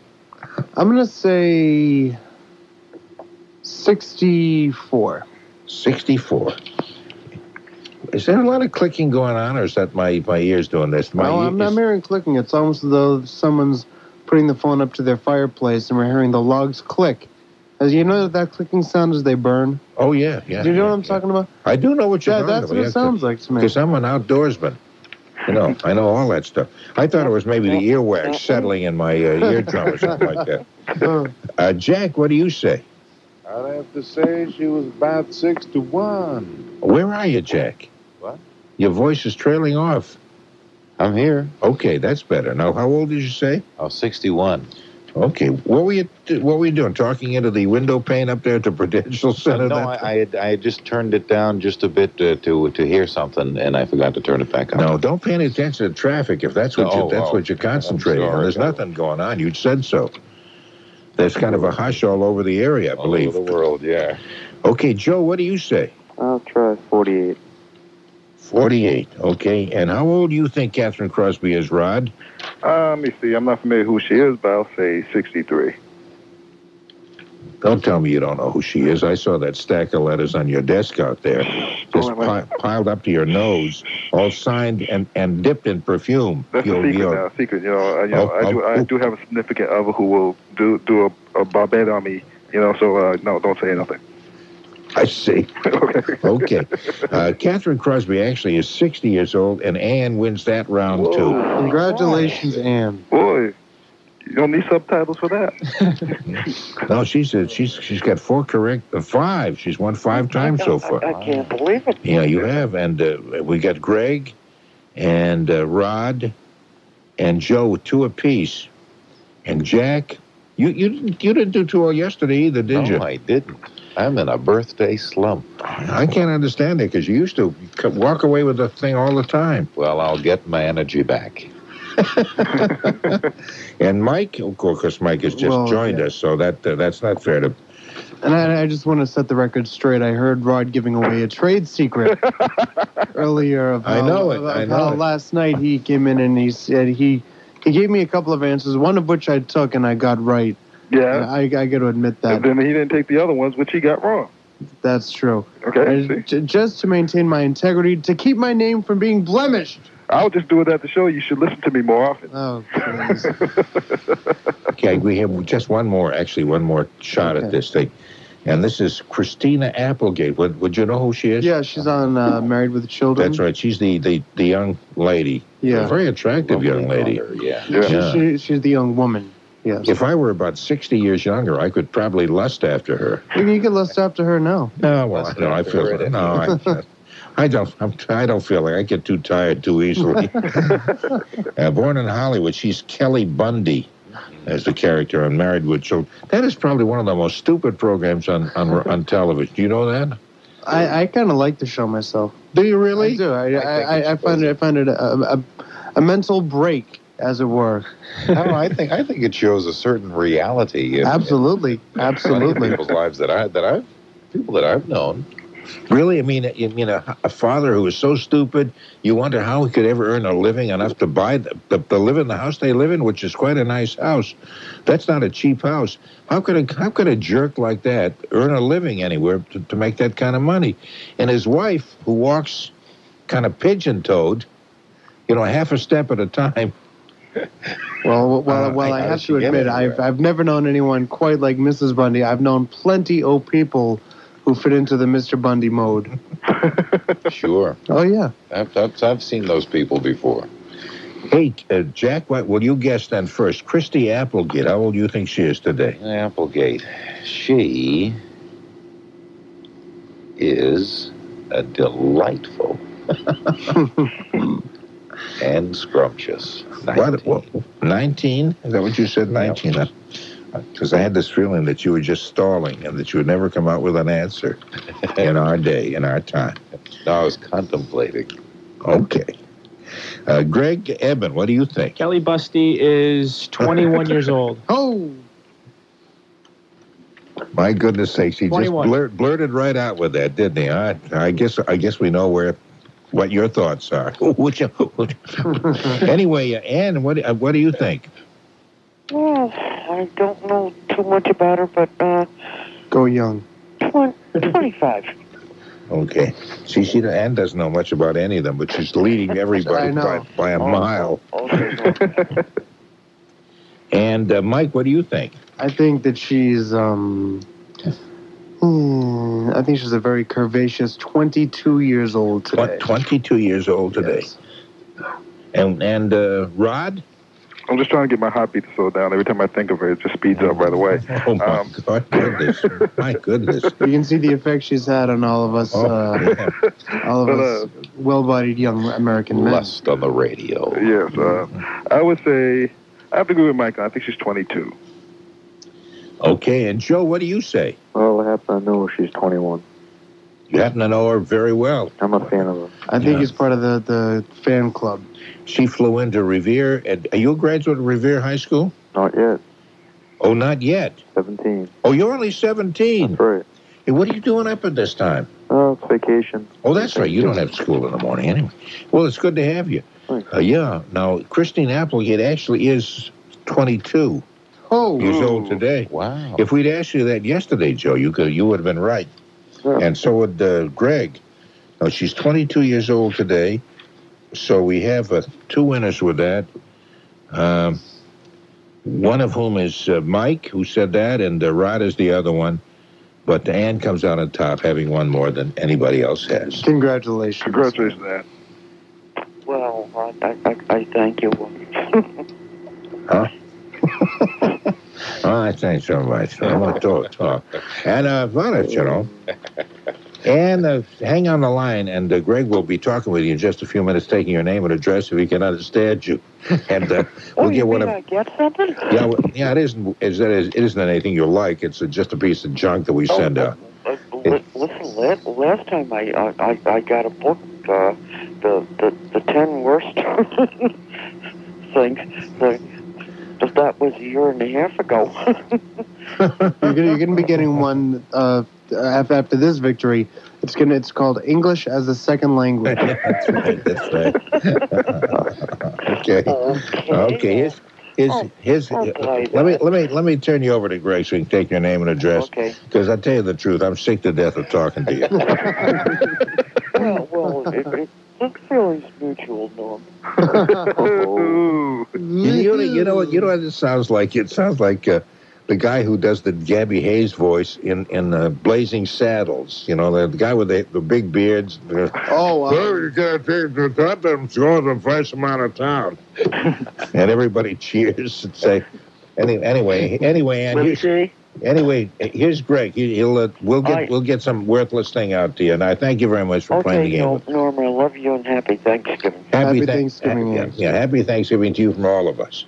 I'm gonna say sixty-four.
64. Is there a lot of clicking going on, or is that my, my ears doing this? My
no, I'm,
ears-
I'm hearing clicking. It's almost as though someone's putting the phone up to their fireplace, and we're hearing the logs click. As you know that that clicking sound as they burn.
Oh yeah, yeah.
Do you know what I'm
yeah.
talking about?
I do know what you're
Yeah,
talking
that's
about.
what it sounds like to me.
Because I'm an outdoorsman. You know, I know all that stuff. I thought it was maybe the earwax settling in my uh, eardrum or something like that.
Uh,
Uh, Jack, what do you say?
I'd have to say she was about six to one.
Where are you, Jack?
What?
Your voice is trailing off.
I'm here.
Okay, that's better. Now, how old did you say?
Oh, 61.
Okay, what were you what were you doing? Talking into the window pane up there at the Prudential Center?
Uh, no,
that-
I, I, had, I had just turned it down just a bit uh, to to hear something, and I forgot to turn it back on.
no, don't pay any attention to traffic if that's what
No,
you, that's
oh,
what you're concentrating on.
sorry.
There's nothing going on. You said so. There's kind of a hush all over the area, I
All over
believe.
the world, yeah.
Okay, Joe, what do you say?
I'll try 48.
48. Okay, and how old do you think Catherine Crosby is, Rod?
Uh, let me see. I'm not familiar who she is, but I'll say 63.
Don't tell me you don't know who she is. I saw that stack of letters on your desk out there, just pi- piled up to your nose, all signed and, and dipped in perfume.
That's
You'll-
a secret
you'll-
now. Secret, you know. I, you know,
Oh,
I do.
oh,
I
oh.
do have a significant other who will do do a, a barbette on me. You know, so uh, no, don't say nothing.
I see. okay. Uh, Catherine Crosby actually is 60 years old, and Anne wins that round, too.
Congratulations, Anne.
Boy, you don't need subtitles for that.
No, she's, a, she's she's got four correct, uh, five. She's won five times so far.
I, I can't believe it.
Yeah, you have. And uh, we got Greg and uh, Rod and Joe with two apiece. And Jack, you you didn't- you didn't do too well yesterday either, did
no,
you?
I didn't. I'm in a birthday slump.
I can't understand it because you used to c- walk away with the thing all the time.
Well, I'll get my energy back.
And Mike, of course, Mike has just
Well,
joined
yeah.
us, so that uh, that's not fair to.
And I, I just want to set the record straight. I heard Rod giving away a trade secret earlier. Of
I
how-
know it.
of
I
how
know it.
Last night he came in and he said he he gave me a couple of answers, one of which I took and I got right. And
Yeah.
I, I got to admit
And
that
then he didn't take the other ones, which he got wrong.
that's true.
Okay.
And
see?
j- just to maintain my integrity, to keep my name from being blemished.
I'll just do that to show you should listen to me more often.
Oh, please.
Okay, we have just one more, actually, one more shot at
Okay.
this thing, and this is Christina Applegate. Would Would you know who she is?
yeah, she's on uh, Married with Children.
that's right. She's the the, the young lady. a
Yeah,
very attractive young
Lovely
lady.
daughter, Yeah.
Yeah.
Yeah.
She, she's the young woman. Yes,
If I were about sixty years younger, I could probably lust after her.
you can lust after her now.
No, Oh, well, I
Lust
don't. I
after
feel
her,
no. I, I don't. I'm, I don't feel like I get too tired too easily. uh, born in Hollywood, she's Kelly Bundy as the character on Married with Children. That is probably one of the most stupid programs on on, on television. Do you know that?
I, I kind of like the show myself.
Do you
I do. I, I, I, I find it. I find it a, a, a mental break, as it were.
no, I think I think it shows a certain reality. in-
Absolutely,
in plenty of
absolutely.
people's lives that I that I've people that I've known.
Really? I mean, you mean a, a father who is so stupid, you wonder how he could ever earn a living enough to buy the, the, to live in the house they live in, which is quite a nice house. That's not a cheap house. How could a how could a jerk like that earn a living anywhere to, to make that kind of money? And his wife, who walks kind of pigeon-toed, you know, half a step at a time.
Well, well,
Uh,
well.
I-
I,
I
have
should
to
get
admit,
it,
I've
yeah.
I've never known anyone quite like Mrs. Bundy. I've known plenty of people who fit into the Mr. Bundy mode.
Sure,
Oh yeah.
I've, I've I've seen those people before.
Hey, uh, Jack, what will you guess then first? Christy Applegate, how old do you think she is today?
Applegate, she is a delightful and scrumptious.
What, what, 19? Is that what you said? 19. Because I had this feeling that you were just stalling and that you would never come out with an answer in our day, in our time.
I was contemplating.
Okay. Uh, Greg Eben, what do you think?
Kelly Busty is 21 years old.
Oh,
My goodness sakes, he just
21.
blurt, blurted right out with that, didn't he? I, I guess I guess we know where what your thoughts are. Which- anyway, uh, Ann, what uh, what do you think?
Well, I don't know too much about her, but uh,
go young.
twen- 25.
Okay, see, she Ann doesn't know much about any of them, but she's leading everybody
know. Oh,
by, by a mile.
Also,
And uh, Mike, what do you think?
I think that she's um. hmm, I think she's a very curvaceous 22 years old today.
Tw- 22 years old today.
Yes.
And and uh, Rod?
I'm just trying to get my heartbeat to slow down. Every time I think of her, it just speeds up right away.
Oh my
Um,
God, goodness! my goodness!
You can see the effect she's had on all of us.
Oh,
Uh,
yeah.
all of
But,
us well-bodied young American men.
Lust on the radio.
Yes, uh, I would say I have to agree with Michael. I think she's 22.
Okay, and Joe, what do you say?
Well, I happen to know she's 21.
You happen to know her very well.
I'm a fan of her.
I think he's part of the, the fan club.
She flew into Revere. And are you a graduate of Revere High School?
Not yet.
Oh, not yet.
17.
Oh, you're only 17.
That's right.
Hey, what are you doing up at this time?
Oh, it's vacation.
Oh, that's right. You don't have school in the morning anyway. Well, it's good to have you.
Thanks.
Uh, yeah. Now, Christine Applegate actually is 22
Oh,
years old today.
Wow.
If we'd asked you that yesterday, Joe, you could you would have been right,
Yeah.
and so would uh, Greg. Now she's 22 years old today, so we have uh, two winners with that. Um, one of whom is uh, Mike, who said that, and uh, Rod is the other one. But Ann comes out on top, having one more than anybody else has.
congratulations.
Congratulations, Ann.
Well, I, I, I, I thank you.
All right, thanks so much. I want to talk, talk. And uh, Vada, you know. And uh, hang on the line, and uh, Greg will be talking with you in just a few minutes, taking your name and address if he can understand you. And uh,
oh,
we'll
you
get one
mean
of
I get something?
yeah, well, yeah. It isn't. Is that is, it isn't anything you like. It's uh just a piece of junk that we
Oh,
send
uh,
out.
uh, li- listen, la- last time I, I, I- I got a book, uh, the, the the ten worst things. That, but that was a year and a half ago.
You're gonna, you're gonna be getting one uh, af- after this victory. It's gonna. It's called English as a second language.
that's right. That's right. okay.
okay.
Okay. Here's here's
Oh,
here's. uh,
oh, boy.
let me let me let me turn you over to Greg so he can take your name and address.
Okay.
Because I tell you the truth, I'm sick to death of talking to you.
Well, well, it, it, it feelings mutual, Norm.
Ooh.
You, you know, you know what? You know what it sounds like? It sounds like uh, the guy who does the Gabby Hayes voice in in uh, Blazing Saddles. You know, the, the guy with the, the big beards. The,
Oh, uh,
you gotta take the top and throw the fresh them out of town. and everybody cheers and say, any, anyway, anyway, and
Let me
here's,
see.
anyway, here's Greg. He, he'll uh, we'll get
Hi.
we'll get some worthless thing out to you. And I thank you very much for playing the
Okay,
game.
Norm, Norm, I love you and happy Thanksgiving.
Happy
Thank-
Thanksgiving,
yeah,
yes.
yeah, happy Thanksgiving to you from all of us.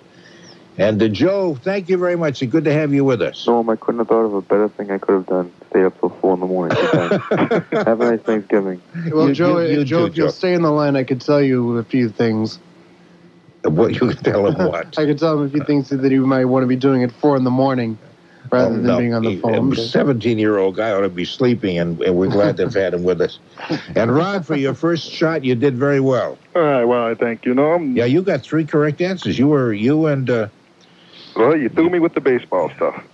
And uh, Joe, thank you very much. It's good to have you with us.
Norm, I couldn't have thought of a better thing I could have done. Stayed up till 4 in the morning. have a nice Thanksgiving.
well,
you-
Joe,
you- you
Joe,
do,
if you'll
Joe.
stay in the line, I could tell you a few things.
What you can tell him what?
I could tell him a few things that he might want to be doing at four in the morning,
Oh,
rather than being on the phone.
Seventeen-year-old guy ought to be sleeping, and, and we're glad to have had him with us. And Rod, for your first shot, you did very well.
All right, well, I thank you, Norm.
Yeah, you got three correct answers. You were you and uh,
Well, you threw me with the baseball stuff.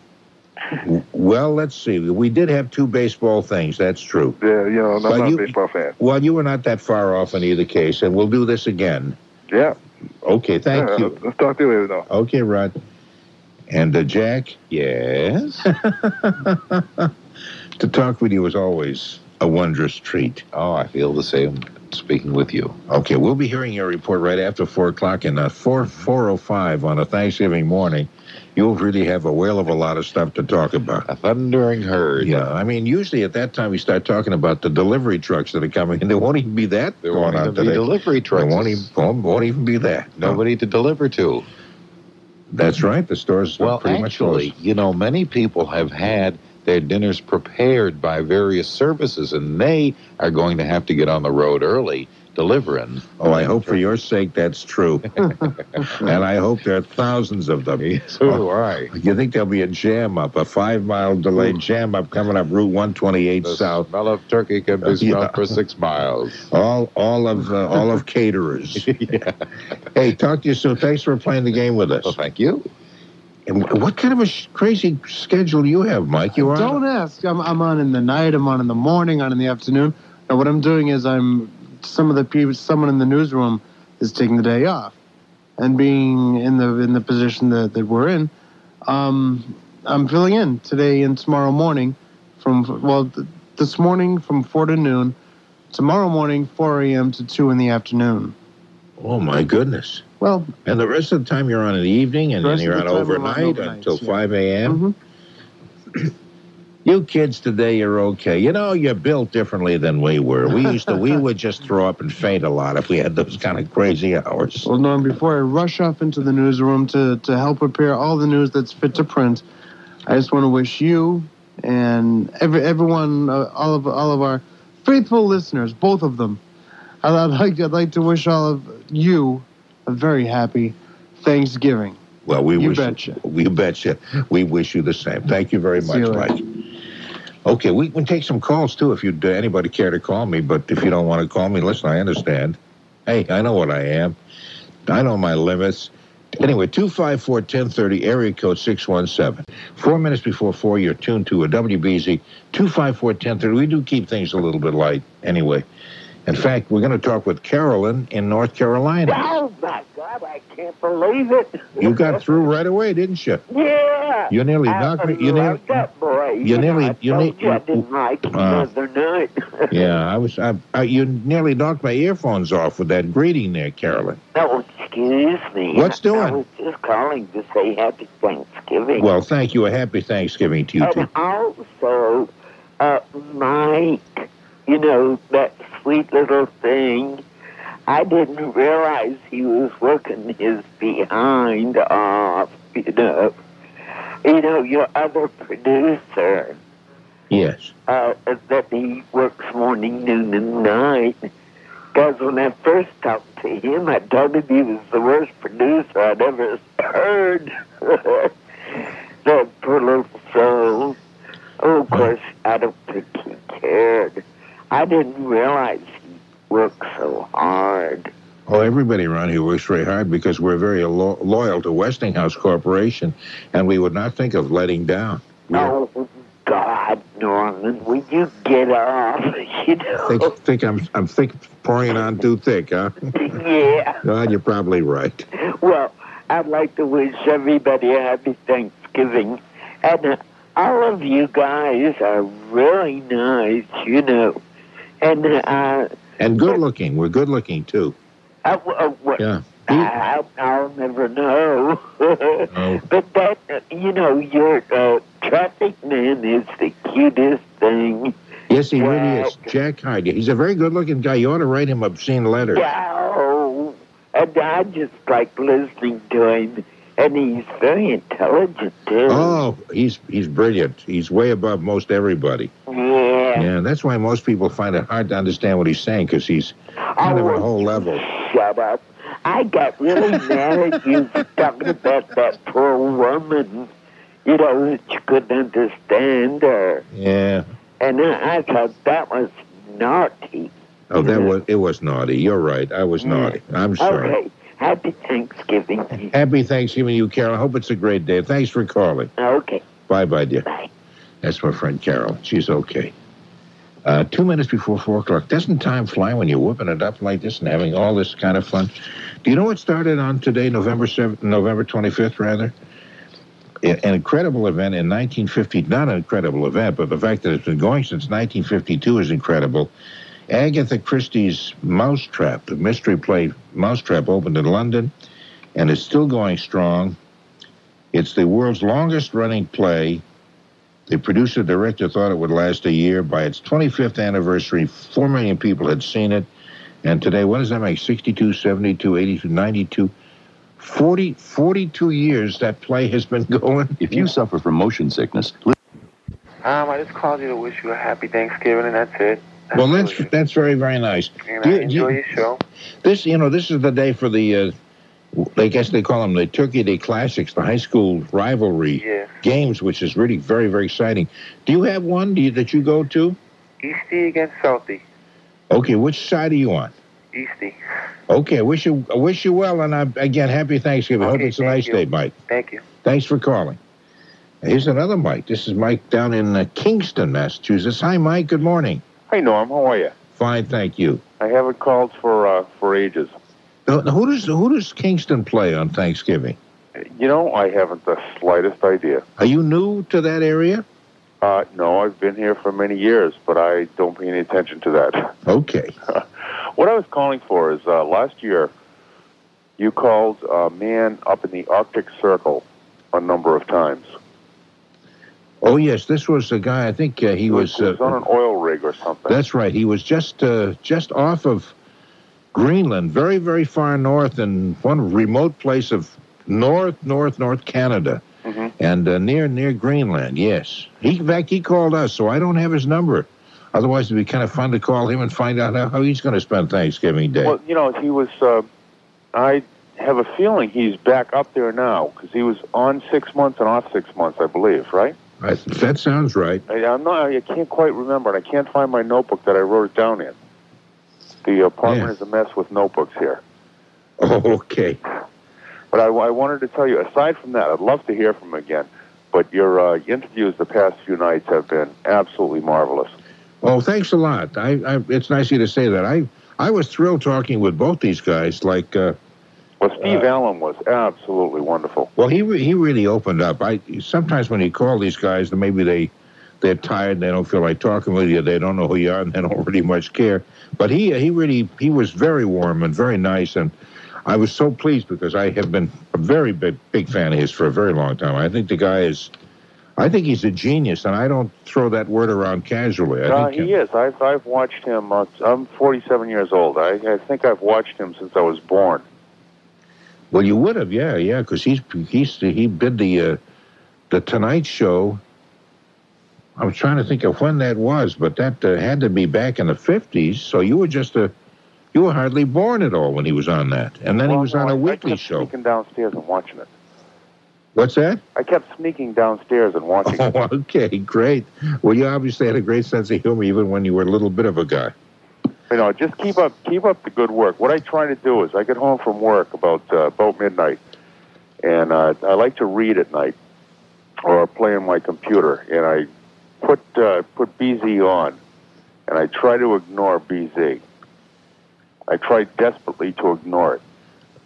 well, let's see. We did have two baseball things. That's true.
Yeah, you know, Uh, I'm
Well,
not
you-
a baseball fan.
Well, you were not that far off in either case, and we'll do this again.
Yeah.
Okay, thank
yeah,
you.
Let's talk to you later, though.
Okay, Rod. And uh, Jack? Yes. to talk with you is always a wondrous treat.
Oh, I feel the same speaking with you.
Okay, we'll be hearing your report right after four o'clock and uh, four four oh five on a Thanksgiving morning. You'll really have a whale of a lot of stuff to talk about.
A thundering herd.
Yeah, I mean, usually at that time we start talking about the delivery trucks that are coming, and there won't even be that
There
going
won't
on
even be
today.
delivery
There
trucks.
won't even, won't- won't even be that.
Nobody to deliver to. Hmm.
That's right. The stores are
Well,
pretty much
actually,
closed.
you know, many people have had their dinners prepared by various services, and they are going to have to get on the road early delivering.
Oh, I hope for your sake that's true. and I hope there are thousands of them.
So do I.
You think there'll be a jam up, a five mile delayed jam up coming up Route 128
The
South?
smell of turkey can be smelled
Yeah.
for six miles.
All, all of, uh, all of caterers. Hey, talk to you soon. Thanks for playing the game with us.
Well, thank you.
And wh- what kind of a sh- crazy schedule do you have, Mike? You are
Don't ask. I'm, I'm on in the night. I'm on in the morning. On in the afternoon. And what I'm doing is I'm some of the people, someone in the newsroom is taking the day off, and being in the in the position that, that we're in, um, I'm filling in today and tomorrow morning, from well th- this morning from four to noon, tomorrow morning 4 a.m. to two in the afternoon.
Oh my goodness!
Well,
And the rest of the time you're on in the evening, and
The
then
rest
you're
of
on
the time I'm on
overnight
overnights,
until
yeah.
five a.m.
mhm.
You You kids today, you're okay. You know, you're built differently than we were. We used to, we would just throw up and faint a lot if we had those kind of crazy hours.
Well, Norm, before I rush off into the newsroom to, to help prepare all the news that's fit to print, I just want to wish you and every, everyone, uh, all of all of our faithful listeners, both of them, I'd, I'd like I'd like to wish all of you a very happy Thanksgiving.
Well, we
You
wish
betcha.
we betcha. We wish you the same. Thank you very much,
you
Mike. Okay, we can take some calls too if you uh, anybody care to call me. But if you don't want to call me, listen, I understand. Hey, I know what I am. I know my limits. Anyway, 254 1030, area code 617. Four minutes before four, you're tuned to a WBZ 254 1030. We do keep things a little bit light anyway. In fact, we're going to talk with Carolyn in North Carolina.
Oh my God! I can't believe it.
You got through right away, didn't you?
Yeah.
You nearly
I
knocked me- you nearly-
loved that boy.
you nearly-
I
you
told
ne-
you I didn't like him
Uh,
the other night.
Yeah, I was. I, I, you nearly knocked my earphones off with that greeting there, Carolyn.
No, excuse me.
What's doing?
I was just calling to say happy Thanksgiving.
Well, thank you. A happy Thanksgiving to you too.
and also, uh, Mike, you know, that sweet little thing, I didn't realize he was working his behind off, you know. You know, your other producer,
Yes.
uh, that he works morning, noon, and night. Because when I first talked to him, I told him he was the worst producer I'd ever heard. that poor little soul. Oh, of course, I don't think he cared. I didn't realize he worked so hard.
Oh, everybody around here works very hard because we're very lo- loyal to Westinghouse Corporation, and we would not think of letting down.
Oh, God, Norman, will you get off? You know,
Think, think I'm I'm think pouring on too thick, huh?
yeah.
God, you're probably right.
Well, I'd like to wish everybody a happy Thanksgiving. And uh, all of you guys are really nice, you know. And uh,
And good looking. We're good looking too.
I, I, I,
Yeah.
I, I'll never know. But that, uh, you know, your uh, traffic man is the cutest thing.
Yes, he really is. Jack Hyde. He's a very good looking guy. You ought to write him obscene letters.
Wow. Oh. And I just like listening to him. And he's very intelligent, too.
Oh, he's he's brilliant. He's way above most everybody.
Yeah.
Yeah, that's why most people find it hard to understand what he's saying because he's kind of a whole level.
Shut up. I got really mad at you for talking about that poor woman, you know, that you couldn't understand her.
Yeah.
And I, I thought that was naughty.
Oh, that was it was naughty. You're right. I was naughty. I'm sorry.
Okay. Happy Thanksgiving.
Happy Thanksgiving, to you, Carol. I hope it's a great day. Thanks for calling.
Okay.
Bye, bye, dear. Bye. That's my friend Carol. She's okay. Uh, two minutes before four o'clock. Doesn't time fly when you're whipping it up like this and having all this kind of fun? Do you know what started on today, November seventh, November twenty fifth, rather? I- An incredible event in 1950. Not an incredible event, but the fact that it's been going since 1952 is incredible. Agatha Christie's Mousetrap, the mystery play Mousetrap, opened in London, and is still going strong. It's the world's longest running play. The producer director thought it would last a year. By its 25th anniversary, 4 million people had seen it. And today, what does that make? 62, 72, 82, 92, 40, 42 years that play has been going. If you suffer from motion sickness,
Um, I just called you to wish you a happy Thanksgiving, and that's it.
well, that's that's very very nice.
And
Do
I
you- do you-
enjoy your show.
This, you know, this is the day for the. Uh, I guess they call them the Turkey Day Classics, the high school rivalry
Yes.
games, which is really very, very exciting. Do you have one do you, that you go to?
Eastie against Southie.
Okay, which side are you on?
Eastie.
Okay, I wish you I wish you well, and uh, again, happy Thanksgiving. Hope it's a nice day, Mike.
Thank you.
Thanks for calling. Here's another Mike. This is Mike down in uh, Kingston, Massachusetts. Hi, Mike. Good morning.
Hey Norm, how are you?
Fine, thank you.
I haven't called for uh, for ages.
Now, now, who does who does Kingston play on Thanksgiving?
You know, I haven't the slightest idea.
Are you new to that area?
Uh, no, I've been here for many years, but I don't pay any attention to that.
Okay.
What I was calling for is uh, last year, you called a man up in the Arctic Circle a number of times.
Oh yes, this was a guy. I think uh, he was.
He was on
Uh,
an oil rig or something.
that's right. He was just uh, just off of Greenland, very very far north, in one remote place of north north north Canada,
Mm-hmm.
and uh, near near Greenland. Yes, he in fact he called us, so I don't have his number. Otherwise, it'd be kind of fun to call him and find out how, how he's going to spend Thanksgiving Day.
Well, you know, he was. Uh, I have a feeling he's back up there now because he was on six months and off six months, I believe, right?
I, that sounds right.
I, I'm not. I can't quite remember, and I can't find my notebook that I wrote it down in. The apartment is a mess with notebooks here.
Okay.
But I, I wanted to tell you, aside from that, I'd love to hear from him again. But your uh, interviews the past few nights have been absolutely marvelous.
Oh, thanks a lot. I, I it's nice of you to say that. I I was thrilled talking with both these guys. Like, uh,
Well, Steve Allen was absolutely wonderful.
well, he re- he really opened up. I sometimes when you call these guys, maybe they they're tired, they don't feel like talking with you, they don't know who you are, and they don't really much care. But he he really he was very warm and very nice, and I was so pleased because I have been a very big big fan of his for a very long time. I think the guy is. I think he's a genius, and I don't throw that word around casually. I
Uh,
think
he is. I've, I've watched him. Uh, I'm 47 years old. I, I think I've watched him since I was born.
Well, you would have, yeah, yeah, because he's he's he did the uh, the Tonight Show. I'm trying to think of when that was, but that uh, had to be back in the '50s. So you were just a you were hardly born at all when he was on that, and then he was on a weekly show.
Sneaking downstairs and watching it.
What's that?
I kept sneaking downstairs and watching.
Oh, okay, great. Well, you obviously had a great sense of humor even when you were a little bit of a guy.
You know, just keep up, keep up the good work. What I try to do is, I get home from work about uh, about midnight, and uh, I like to read at night or play on my computer. And I put uh, put BZ on, and I try to ignore BZ. I try desperately to ignore it.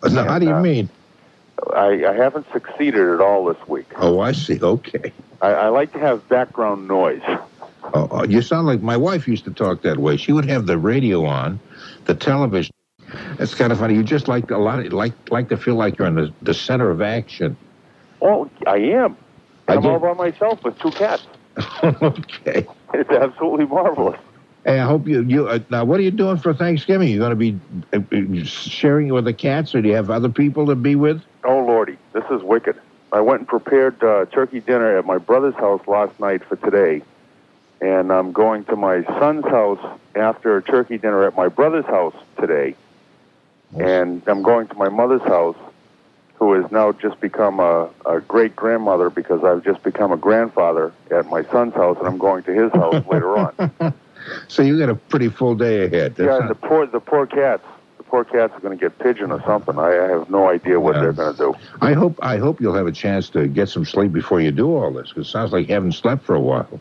uh,
Now, how do you mean?
I, I haven't succeeded at all this week.
Oh, I see. Okay.
I, I like to have background noise.
Oh, oh, you sound like my wife used to talk that way. She would have the radio on, the television. It's kind of funny. You just like a lot of, like like to feel like you're in the, the center of action.
Oh, I am.
I
I'm
did-
all by myself with two cats.
okay.
It's absolutely marvelous.
Hey, I hope you you uh, now. What are you doing for Thanksgiving? You going to be uh, uh, sharing it with the cats, or do you have other people to be with?
Oh lordy, this is wicked. I went and prepared uh, turkey dinner at my brother's house last night for today, and I'm going to my son's house after turkey dinner at my brother's house today, and I'm going to my mother's house, who has now just become a, a great grandmother because I've just become a grandfather at my son's house, and I'm going to his house Oh, later on.
So you got a pretty full day ahead. That's
yeah,
not-
and the poor the poor cats. The poor cats are going to get pigeon or something. I, I have no idea what they're going to do.
I hope I hope you'll have a chance to get some sleep before you do all this. 'cause it sounds like you haven't slept for a while.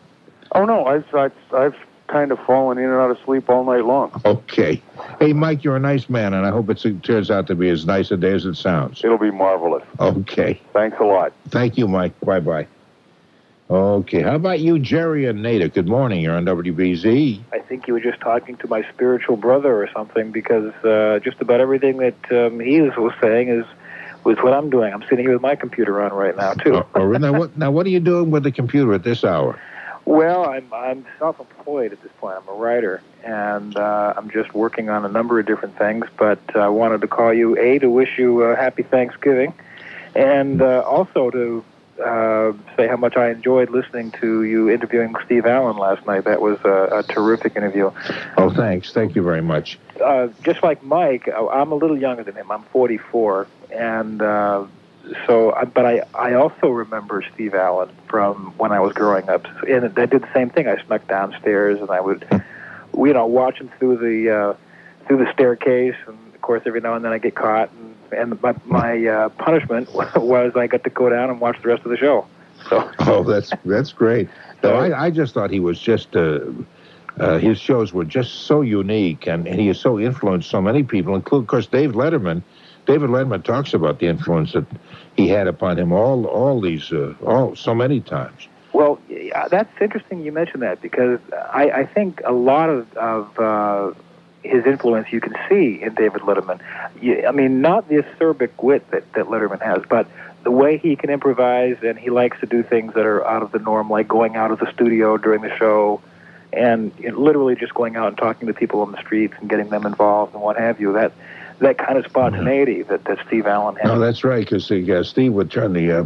Oh no, I've I've, I've kind of fallen in and out of sleep all night long.
Okay. Hey, Mike, you're a nice man, and I hope it's- it turns out to be as nice a day as it sounds.
It'll be marvelous.
Okay.
Thanks a lot.
Thank you, Mike. Bye bye. Okay. How about you, Jerry and Nada? Good morning. You're on WBZ.
I think you were just talking to my spiritual brother or something because uh, just about everything that um, he was, was saying is was what I'm doing. I'm sitting here with my computer on right now too.
Oh, really? now, what, now, what are you doing with the computer at this hour?
Well, I'm I'm self-employed at this point. I'm a writer, and uh, I'm just working on a number of different things. But uh, I wanted to call you a to wish you a happy Thanksgiving, and uh, also to uh, say how much I enjoyed listening to you interviewing Steve Allen last night. That was a, a terrific interview.
Oh, thanks. Thank you very much.
Uh, just like Mike, I- I'm a little younger than him. I'm 44, and uh, so, I- but I I also remember Steve Allen from when I was growing up, and I did the same thing. I snuck downstairs and I would, you know, watch him through the uh, through the staircase, and of course, every now and then I get caught, and and my, my uh, punishment was I got to go down and watch the rest of the show.
Oh, that's that's great. No, I, I just thought he was just uh, uh, his shows were just so unique, and, and he has so influenced so many people, including, of course, Dave Letterman. David Letterman talks about the influence that he had upon him all all these uh, all so many times.
Well, yeah, that's interesting you mentioned that because I, I think a lot of, of uh, his influence you can see in David Letterman. You, I mean, not the acerbic wit that, that Letterman has, but the way he can improvise, and he likes to do things that are out of the norm, like going out of the studio during the show, and you know, literally just going out and talking to people on the streets and getting them involved and what have you. That that kind of spontaneity that, that Steve Allen has.
No, that's right, because uh, Steve would turn the uh,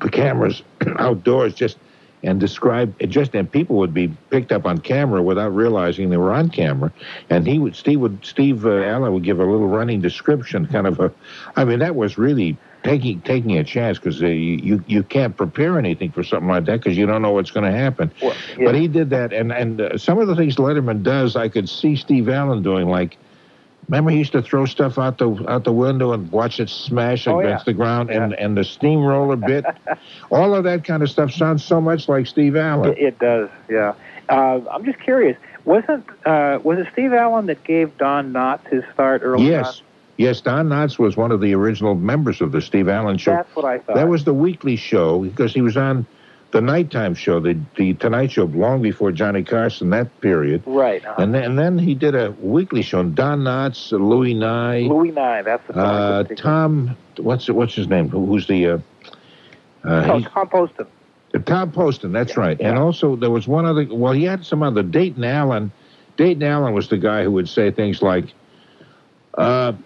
the cameras outdoors just and describe it just and people would be picked up on camera without realizing they were on camera and he would steve would steve uh, allen would give a little running description kind of a i mean that was really taking taking a chance because uh, you you- you can't prepare anything for something like that because you don't know what's going to happen but he did that and and uh, some of the things letterman does i could see steve allen doing like Remember, he used to throw stuff out the out the window and watch it smash
Oh, yeah.
against the ground, and and the steamroller bit. All of that kind of stuff sounds so much like Steve Allen.
It, it does, yeah. Uh, I'm just curious. Wasn't uh, was it Steve Allen that gave Don Knotts his start early
Yes, yes. Don Knotts was one of the original members of the Steve Allen
on?
Show.
That's what I thought.
That was the weekly show because he was on the nighttime show, the the Tonight Show, long before Johnny Carson. That period.
right. uh-huh.
And then, and then he did a weekly show. And Don Knotts, Louis Nye,
Louis Nye. That's the
uh, Tom. What's what's his name? Who- Who's the uh, uh,
oh,
he's-
Tom Poston.
Tom Poston, that's right. And also, there was one other. Well, he had some other. Dayton Allen. Dayton Allen was the guy who would say things like, uh,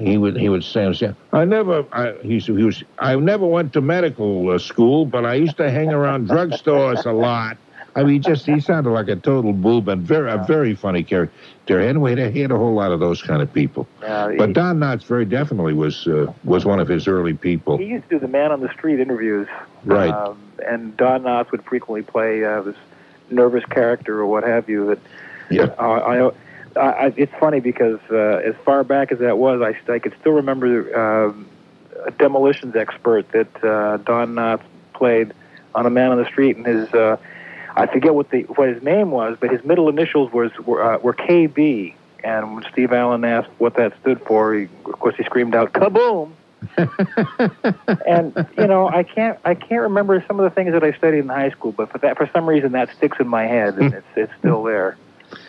he would he would say, "I never I he, he was I never went to medical uh, school, but I used to hang around drugstores a lot." I mean, just he sounded like a total boob and very a very funny character. Anyway, they- he had a whole lot of those kind of people.
Uh,
But Don Knotts very definitely was uh, was one of his early people.
he used to do the man on the street interviews.
Right.
Um, and Don Knotts would frequently play uh, this nervous character or what have you. That
yeah.
Uh, I, I, I it's funny because uh, as far back as that was, I, I could still remember um, a demolitions expert that uh, Don Knotts played on a man on the street, and his uh, I forget what the what his name was, but his middle initials was were, uh, were KB. And when Steve Allen asked what that stood for, he, of course he screamed out "Kaboom!" and you know, I can't I can't remember some of the things that I studied in high school, but for that for some reason that sticks in my head, and it's it's still there.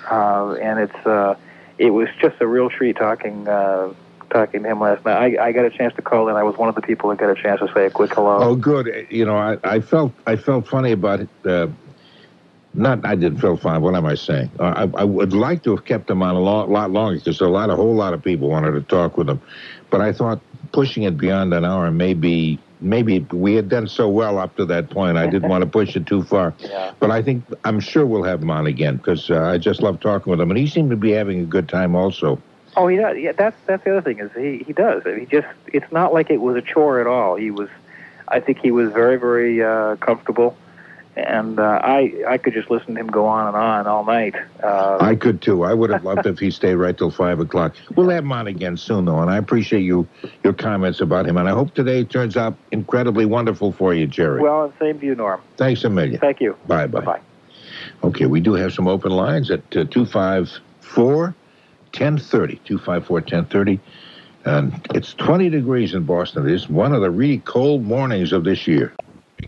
Uh, and it's uh, it was just a real treat talking uh, talking to him last night. I, I got a chance to call in. I was one of the people that got a chance to say a quick hello.
Oh, good. You know, I, I felt I felt funny about it. Uh, not I didn't feel fine. What am I saying? Uh, I, I would like to have kept him on a lot, lot longer because a lot, a whole lot of people wanted to talk with him, but I thought pushing it beyond an hour maybe maybe we had done so well up to that point. I didn't want to push it too far, but I think I'm sure we'll have him on again because uh, I just love talking with him, and he seemed to be having a good time also.
Oh, he does. Yeah, that's that's the other thing is he he does. He just it's not like it was a chore at all. He was, I think he was very very uh, comfortable, and uh, I I could just listen to him go on and on all night. Uh,
I could too. I would have loved if he stayed right till five o'clock. We'll have him on again soon, though, and I appreciate you your comments about him. And I hope today turns out incredibly wonderful for you, Jerry.
well, and same to you, Norm.
Thanks a million.
Thank you.
Bye bye. Okay, we do have some open lines at uh, 254 1030. 254 1030. And it's 20 degrees in Boston. It is one of the really cold mornings of this year.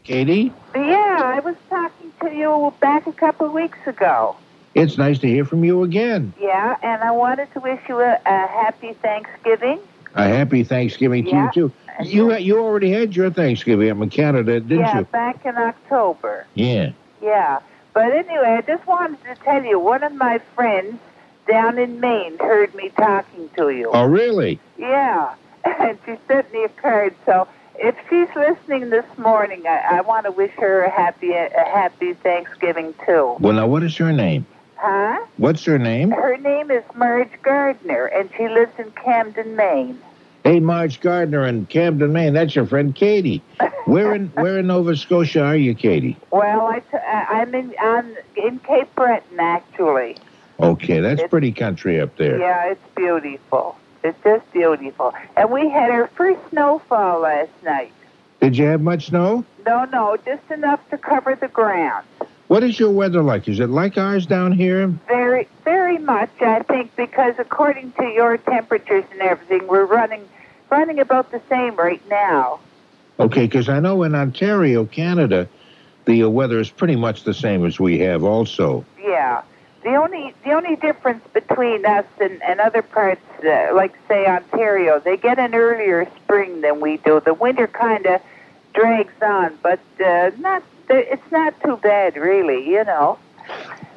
Katie,
Yeah, I was talking to you back a couple of weeks ago.
it's nice to hear from you again.
Yeah, and I wanted to wish you a, a happy Thanksgiving.
A happy Thanksgiving to
Yeah.
you too. You you already had your Thanksgiving up in Canada, didn't
yeah,
you?
back in October.
Yeah.
Yeah. But anyway, I just wanted to tell you one of my friends down in Maine heard me talking to you.
Oh, really?
Yeah, and she sent me a card. So if she's listening this morning, I, I want to wish her a happy a happy Thanksgiving too.
Well, now what is her name?
Huh?
What's her name?
Her name is Marge Gardner, and she lives in Camden, Maine.
Hey, Marge Gardner in Camden, Maine. That's your friend Katie. Where in Where in Nova Scotia are you, Katie?
Well, I t- I- I'm in I'm in Cape Breton actually.
Okay, that's pretty country up there.
Yeah, it's beautiful. It's just beautiful. And we had our first snowfall last night.
Did you have much snow?
No, no, just enough to cover the ground.
What is your weather like? Is it like ours down here?
Very, very much, I think, because according to your temperatures and everything, we're running, running about the same right now.
Okay, because I know in Ontario, Canada, the uh, weather is pretty much the same as we have also.
Yeah, The only the only difference between us and, and other parts, uh, like say Ontario, they get an earlier spring than we do. The winter kind of drags on, but uh, not it's not too bad, really. You know.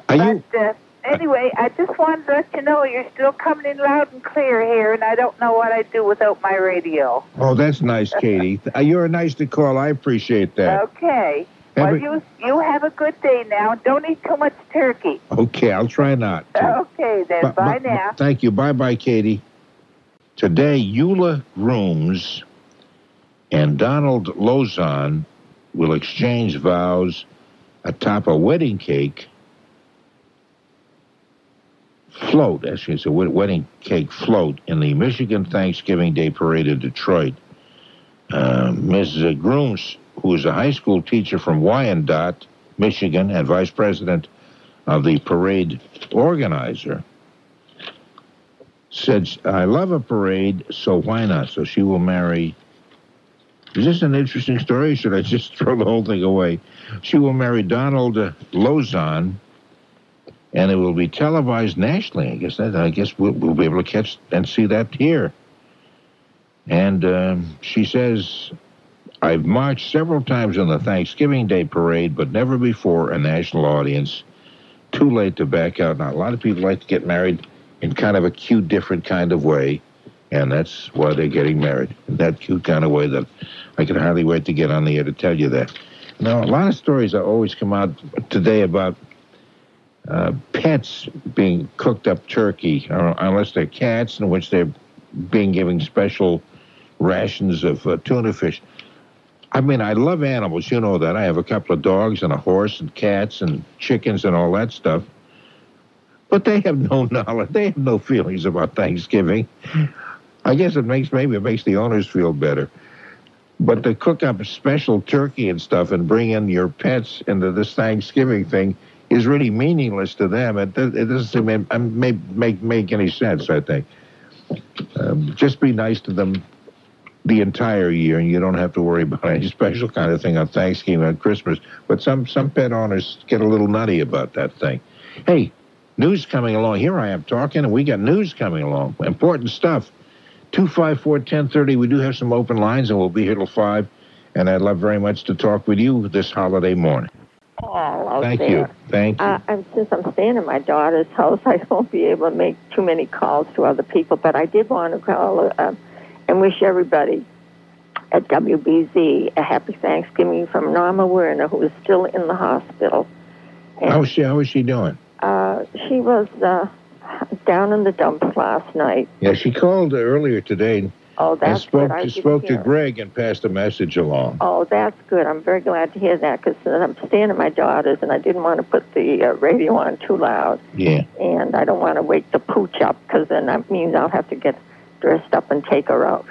Are you?
But, uh, anyway, I just wanted to let you know you're still coming in loud and clear here, and I don't know what I'd do without my radio.
Oh, that's nice, Katie. Uh, You're nice to call. I appreciate that.
Okay. Well,
Every-
you you have a good day now. Don't eat too much turkey.
Okay, I'll try not.
Okay, then.
Bu-
Bye
bu-
now.
Thank you. Bye bye, Katie. Today, Eula Grooms and Donald Lozon will exchange vows atop a wedding cake float. Actually, it's a wed- wedding cake float in the Michigan Thanksgiving Day Parade in Detroit. Uh, Ms. Grooms, who is a high school teacher from Wyandotte, Michigan, and vice president of the parade organizer, said, I love a parade, so why not? So she will marry. Is this an interesting story? Should I just throw the whole thing away? She will marry Donald uh, Lozon, and it will be televised nationally. I guess that I guess we'll, we'll be able to catch and see that here. And um, she says, I've marched several times in the Thanksgiving Day parade, but never before a national audience. Too late to back out. Now, a lot of people like to get married in kind of a cute, different kind of way, and that's why they're getting married in that cute kind of way that I can hardly wait to get on the air to tell you that. Now, a lot of stories that always come out today about uh, pets being cooked up turkey, or unless they're cats, in which they're being given special rations of uh, tuna fish. I mean, I love animals. You know that. I have a couple of dogs and a horse and cats and chickens and all that stuff. But they have no knowledge. They have no feelings about Thanksgiving. I guess it makes maybe it makes the owners feel better. But to cook up special turkey and stuff and bring in your pets into this Thanksgiving thing is really meaningless to them. It, do- it doesn't seem, it may make make any sense. I think um, just be nice to them the entire year, and you don't have to worry about any special kind of thing on Thanksgiving on Christmas. But some some pet owners get a little nutty about that thing. Hey, news coming along. Here I am talking, and we got news coming along. Important stuff. 254 1030. We do have some open lines, and we'll be here till 5. And I'd love very much to talk with you this holiday morning.
Hello
Thank
there.
you. Thank you.
Uh, I'm, since I'm staying at my daughter's house, I won't be able to make too many calls to other people, but I did want to call uh, and wish everybody at WBZ a happy Thanksgiving from Norma Werner, who is still in the hospital.
How is she, how is she doing?
Uh, she was uh, down in the dumps last night.
Yeah, she called earlier today
Oh,
and
that's
spoke,
good. I
to,
didn't
spoke to
hear.
Greg and passed a message along.
Oh, that's good. I'm very glad to hear that because I'm staying at my daughter's and I didn't want to put the uh, radio on too loud.
Yeah.
and I don't want to wake the pooch up because then that means I'll have to get dressed up and take her out.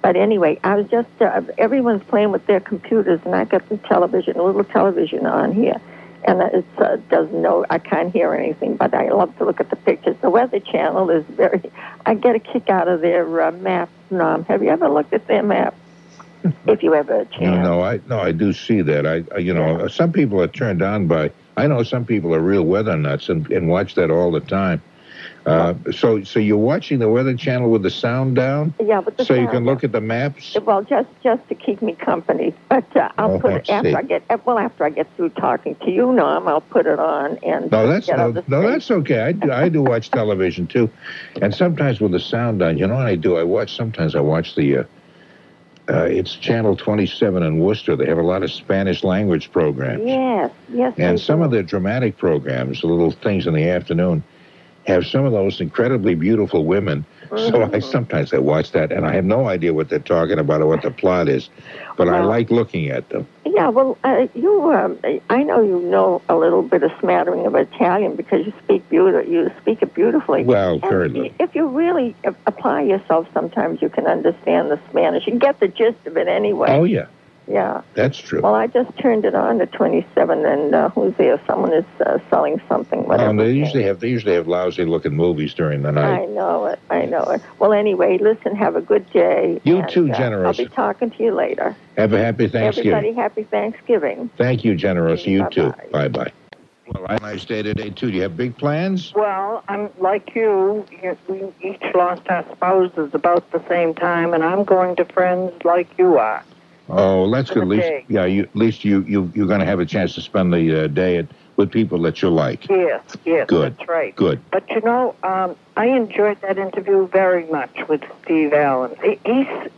But anyway, I was just, uh, everyone's playing with their computers, and I got the television, a little television on here, and it uh, does no, I can't hear anything, but I love to look at the pictures. The Weather Channel is very, I get a kick out of their uh, maps, Norm. Have you ever looked at their map? if you ever had a
You
chance.
know, I no, I do see that. I, I you know, some people are turned on by. I know some people are real weather nuts and, and watch that all the time. Uh, so, so you're watching the Weather Channel with the sound down,
Yeah, but the
so you
sound-
can look at the maps.
Well, just just to keep me company, but uh, I'll
Oh,
put it
I see.
after I get uh, well after I get through talking to you, Norm. I'll put it on and
No, that's
get
no,
on the
no, that's okay. I do, I do watch television too, and sometimes with the sound down. You know what I do? I watch. Sometimes I watch the. Uh, uh, it's Channel 27 in Worcester. They have a lot of Spanish language programs.
Yes, yes.
And
they
some of their dramatic programs, the little things in the afternoon, have some of those incredibly beautiful women. So
Oh.
I sometimes I watch that, and I have no idea what they're talking about or what the plot is, but I like looking at them.
do. Yeah, well, uh, you um, I know you know a little bit of smattering of Italian because you speak beautiful. You speak it beautifully.
Well, very
And
little.
if you really uh, apply yourself, sometimes you can understand the Spanish and get the gist of it anyway.
Oh yeah,
Yeah.
that's true.
Well, I just turned it on to 27, and uh, who's there? Someone is uh, selling something. Whatever.
Um, they usually have they usually have lousy looking movies during the night.
I know it. I know it. Well, anyway, listen, have a good day.
You
and,
too,
uh,
Generous.
I'll be talking to you later.
Have a happy Thanksgiving.
Everybody, happy Thanksgiving.
Thank you, Generosa. You too. Bye bye. Well, Right. Nice day today, too. Do you have big plans?
Well, I'm like you. you- We each lost our spouses about the same time, and I'm going to friends like you are.
Oh, that's good. At least,
Okay.
yeah, you, at least you, you, you're going to have a chance to spend the uh, day at, with people that you like.
Yes, yes,
Good.
that's right.
Good.
But you know, um, I enjoyed that interview very much with Steve Allen. He- He's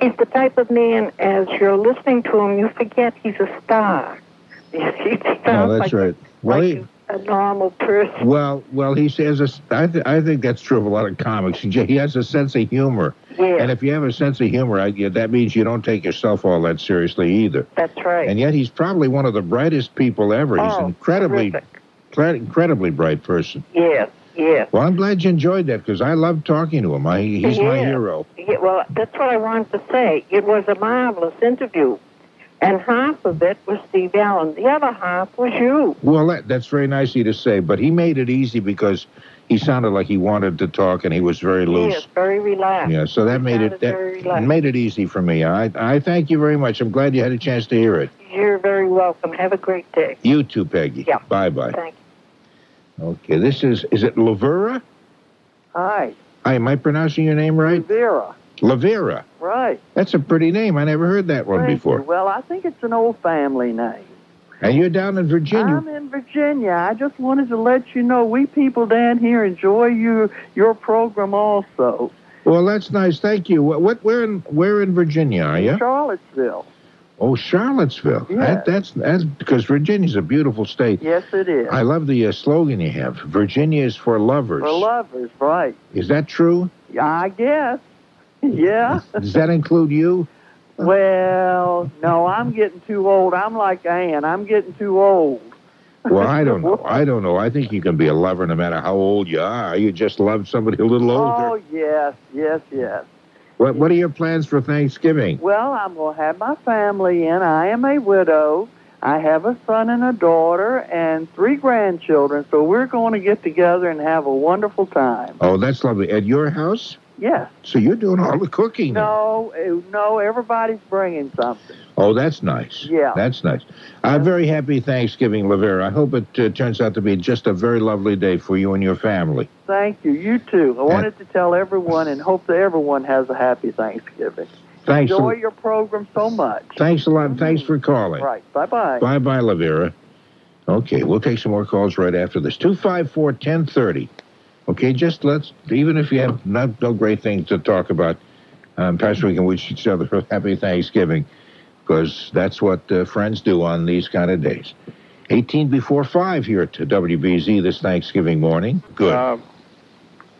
he's the type of man as you're listening to him, you forget he's a star. He sounds
No,
like
Oh, that's right. Well, he,
a normal person.
well, well, he says, a s- I, th- I think that's true of a lot of comics. He j- he has a sense of humor.
Yeah.
And if you have a sense of humor, I, yeah, that means you don't take yourself all that seriously either.
That's right. Oh,
And yet he's probably one of the brightest people ever. He's an incredibly, cla- incredibly bright person.
Yes, yes.
Well, I'm glad you enjoyed that because I love talking to him. I, he's my
Yeah.
hero.
Yeah, well, that's what I wanted to say. It was a marvelous interview, and half of it was Steve Allen. The other half was you.
Well, that, that's very nice of you to say, but he made it easy because he sounded like he wanted to talk and he was very loose.
Yes, very relaxed.
Yeah, so that made it
sounded very
that
relaxed.
made it easy for me. I I thank you very much. I'm glad you had a chance to hear it.
You're very welcome. Have a great day.
You too, Peggy.
Yeah.
Bye bye.
Thank
Okay, this is is it Lavera?
Hi,
Hi, am I pronouncing your name right?
Vera.
Lavera.
Right.
That's a pretty name. I never heard that one
Thank
before.
you. Well, I think it's an old family name.
And you're down in Virginia.
I'm in Virginia. I just wanted to let you know we people down here enjoy your your program also.
well, that's nice. Thank you. What, what where in where in Virginia are you?
Charlottesville.
Oh, Charlottesville. That, that's that's because Virginia's a beautiful state.
Yes, it is.
I love the uh, slogan you have. Virginia is for lovers.
For lovers, right?
is that true?
I guess. Yeah.
Does that include you?
Well, no, I'm getting too old. I'm like Ann. I'm getting too old.
Well, I don't know. I don't know. I think you can be a lover no matter how old you are. You just love somebody a little older.
Oh yes, yes, yes.
What What are your plans for Thanksgiving?
Well, I'm going to have my family in. I am a widow. I have a son and a daughter and three grandchildren, so we're going to get together and have a wonderful time.
Oh, that's lovely. At your house?
Yes.
So you're doing all the cooking.
No, eh, no, everybody's bringing something.
Oh, that's nice.
Yeah.
That's nice. I'm very happy Thanksgiving, Lavera. I hope it uh, turns out to be just a very lovely day for you and your family.
Thank you. You too. I wanted to tell everyone and hope that everyone has a happy Thanksgiving.
Thanks.
Enjoy
a-
your program so much.
Thanks a lot. Thanks for calling.
Right. Bye-bye.
Bye bye, Lavera. Okay, we'll take some more calls right after this. 254 1030. Okay, just let's, even if you have not, no great things to talk about, um, perhaps we can wish each other a happy Thanksgiving because that's what uh, friends do on these kind of days. 18 before 5 here to WBZ this Thanksgiving morning. Good.
Um,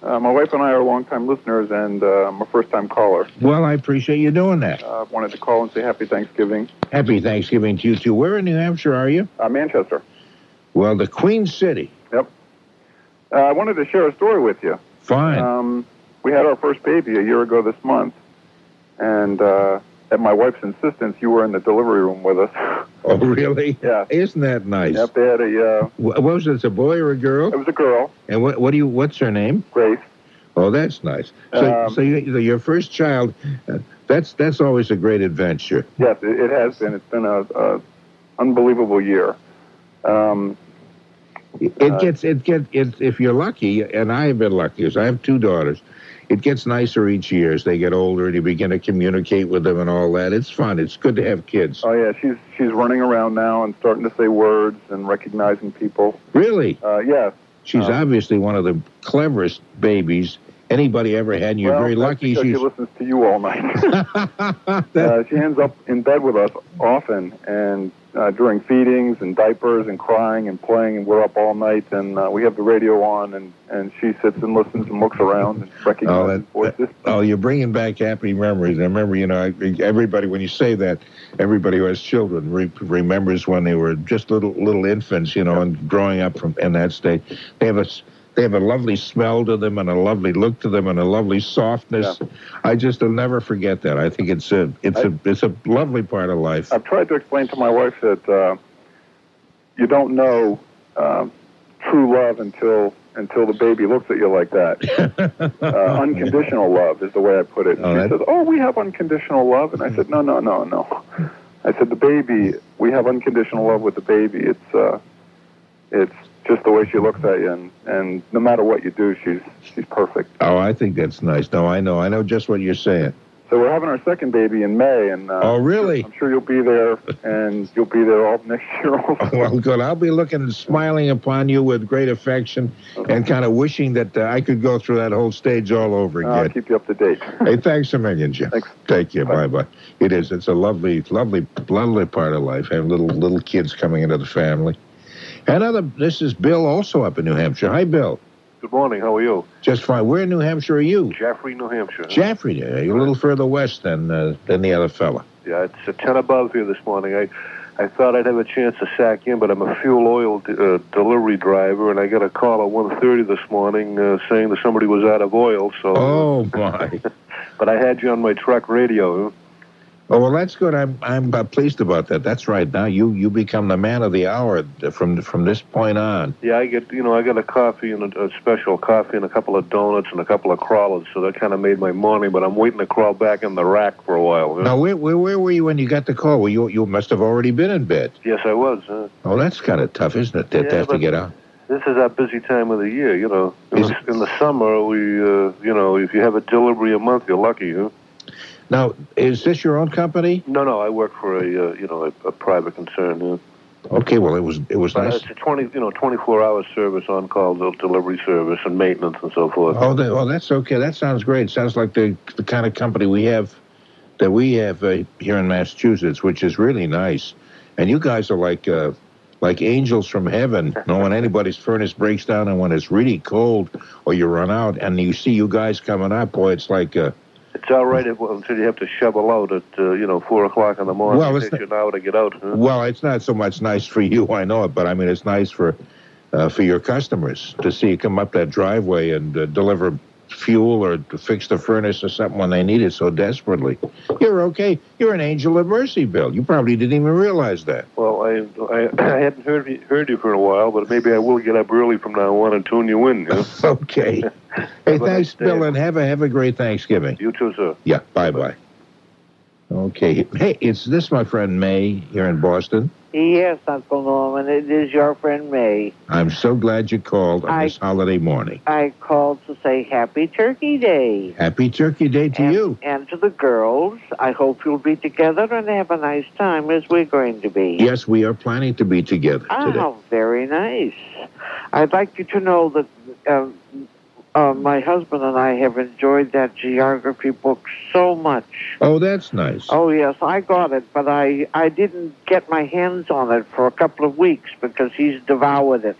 uh, my wife and I are longtime listeners, and uh, I'm a first-time caller.
Well, I appreciate you doing that.
Uh, wanted to call and say happy Thanksgiving.
Happy Thanksgiving to you too. Where in New Hampshire are you?
Uh, Manchester.
Well, the Queen City.
Uh, I wanted to share a story with you.
Fine.
Um, we had our first baby a year ago this month, and uh, at my wife's insistence, you were in the delivery room with us.
Oh, really?
Yeah.
Isn't that nice?
Yep, they had a. Uh,
Wh- What was it? A boy or a girl?
it was a girl,
And what, what do you? What's her name?
Grace.
Oh, that's nice. So,
Um,
so you, you know, your first child, uh, that's that's always a great adventure.
Yes, it, it has been. It's been a, a unbelievable year. Um,
It
Uh,
gets it get it if you're lucky, and I have been lucky because I have two daughters. It gets nicer each year as they get older, and you begin to communicate with them and all that. It's fun. It's good to have kids.
oh yeah, she's she's running around now and starting to say words and recognizing people.
Really,
Uh, yes.
she's obviously one of the cleverest babies anybody ever had. And you're
well,
very
that's
lucky.
because
She's
she listens to you all night. uh, she ends up in bed with us often, and uh, during feedings and diapers and crying and playing, and we're up all night, and uh, we have the radio on, and, and she sits and listens and looks around and recognizes.
Oh, that, that- oh, you're bringing back happy memories. And I remember, you know, I- everybody when you say that, everybody who has children re- remembers when they were just little little infants, you know, and growing up from in that state. They have a s- they have a lovely smell to them and a lovely look to them and a lovely softness. I just will never forget that. I think it's a it's a it's a lovely part of life.
I've tried to explain to my wife that uh, you don't know um true love until until the baby looks at you like that. uh, unconditional love is the way I put it. And
Oh,
she
that-
says, "Oh, we have unconditional love," and I said, "No, no, no, no." I said, "The baby, we have unconditional love with the baby. It's uh, it's just the way she looks at you, and, and no matter what you do, she's she's perfect.
Oh, I think that's nice. No, I know. I know just what you're saying.
So we're having our second baby in May, and uh,
oh, really?
I'm sure you'll be there, and you'll be there all next year. Also.
Well, good. I'll be looking and smiling upon you with great affection and kind of wishing that uh, I could go through that whole stage all over again.
I'll keep you up to date.
hey, thanks a million, Jim. Thanks. Take care. Bye bye. It is. It's a lovely, lovely, lovely part of life. Having little little kids coming into the family. Another. This is Bill, also up in New Hampshire. Hi, Bill.
Good morning. How are you?
Just fine. Where in New Hampshire are you?
Jaffrey, New Hampshire.
Jaffrey. yeah, You're a little further west than uh, than the other fella.
Yeah, it's a ten above here this morning. I I thought I'd have a chance to sack in, but I'm a fuel oil d- uh, delivery driver, and I got a call at one thirty this morning uh, saying that somebody was out of oil. So.
Oh my.
but I had you on my truck radio.
Oh well, that's good. I'm I'm uh, pleased about that. That's right. Now you you become the man of the hour uh, from from this point on.
Yeah, I get you know I got a coffee and a, a special coffee and a couple of donuts and a couple of crawlers, so that kind of made my morning. But I'm waiting to crawl back in the rack for a while.
Now where, where where were you when you got the call? Well, you you must have already been in bed.
Yes, I was. Uh,
Oh, that's kind of tough, isn't it? That
Yeah,
to have to
but-
get out.
this is our busy time of the year. You know, in, the, in the summer we uh, you know if you have a delivery a month, you're lucky. Huh?
Now is this your own company?
No, no, I work for a uh, you know a, a private concern. Huh?
Okay. Well, it was it was
But
nice.
it's a twenty you know twenty four hour service on call delivery service and maintenance and so forth.
Oh, that, oh, that's okay. That sounds great. Sounds like the the kind of company we have that we have uh, here in Massachusetts, which is really nice. And you guys are like uh, like angels from heaven. you know, when anybody's furnace breaks down and when it's really cold or you run out and you see you guys coming up, boy, it's like uh,
It's all right if, until you have to shovel out at uh, you know four o'clock in the morning.
Well,
it
it's
takes you an hour to get out. Huh?
well, it's not so much nice for you, I know it, but I mean it's nice for uh, for your customers to see you come up that driveway and uh, deliver fuel or to fix the furnace or something when they need it so desperately. You're okay. You're an angel of mercy, Bill. You probably didn't even realize that.
Well, I I, I hadn't heard you, heard you for a while, but maybe I will get up early from now on and tune you in. You know?
okay. Hey, thanks, Bill, and have a have a great Thanksgiving.
You too, sir.
Yeah, bye bye. Okay. Hey, it's this my friend May here in Boston.
Yes, Uncle Norman, it is your friend May.
I'm so glad you called on
I-
this holiday morning.
I called to say Happy Turkey Day.
Happy Turkey Day to you.
And to the girls, I hope you'll be together and have a nice time as we're going to be.
Yes, we are planning to be together today.
Oh, very nice. I'd like you to know that um, uh, my husband and I have enjoyed that geography book so much.
Oh, that's nice.
Oh yes, I got it, but I I didn't get my hands on it for a couple of weeks because he's devoured it,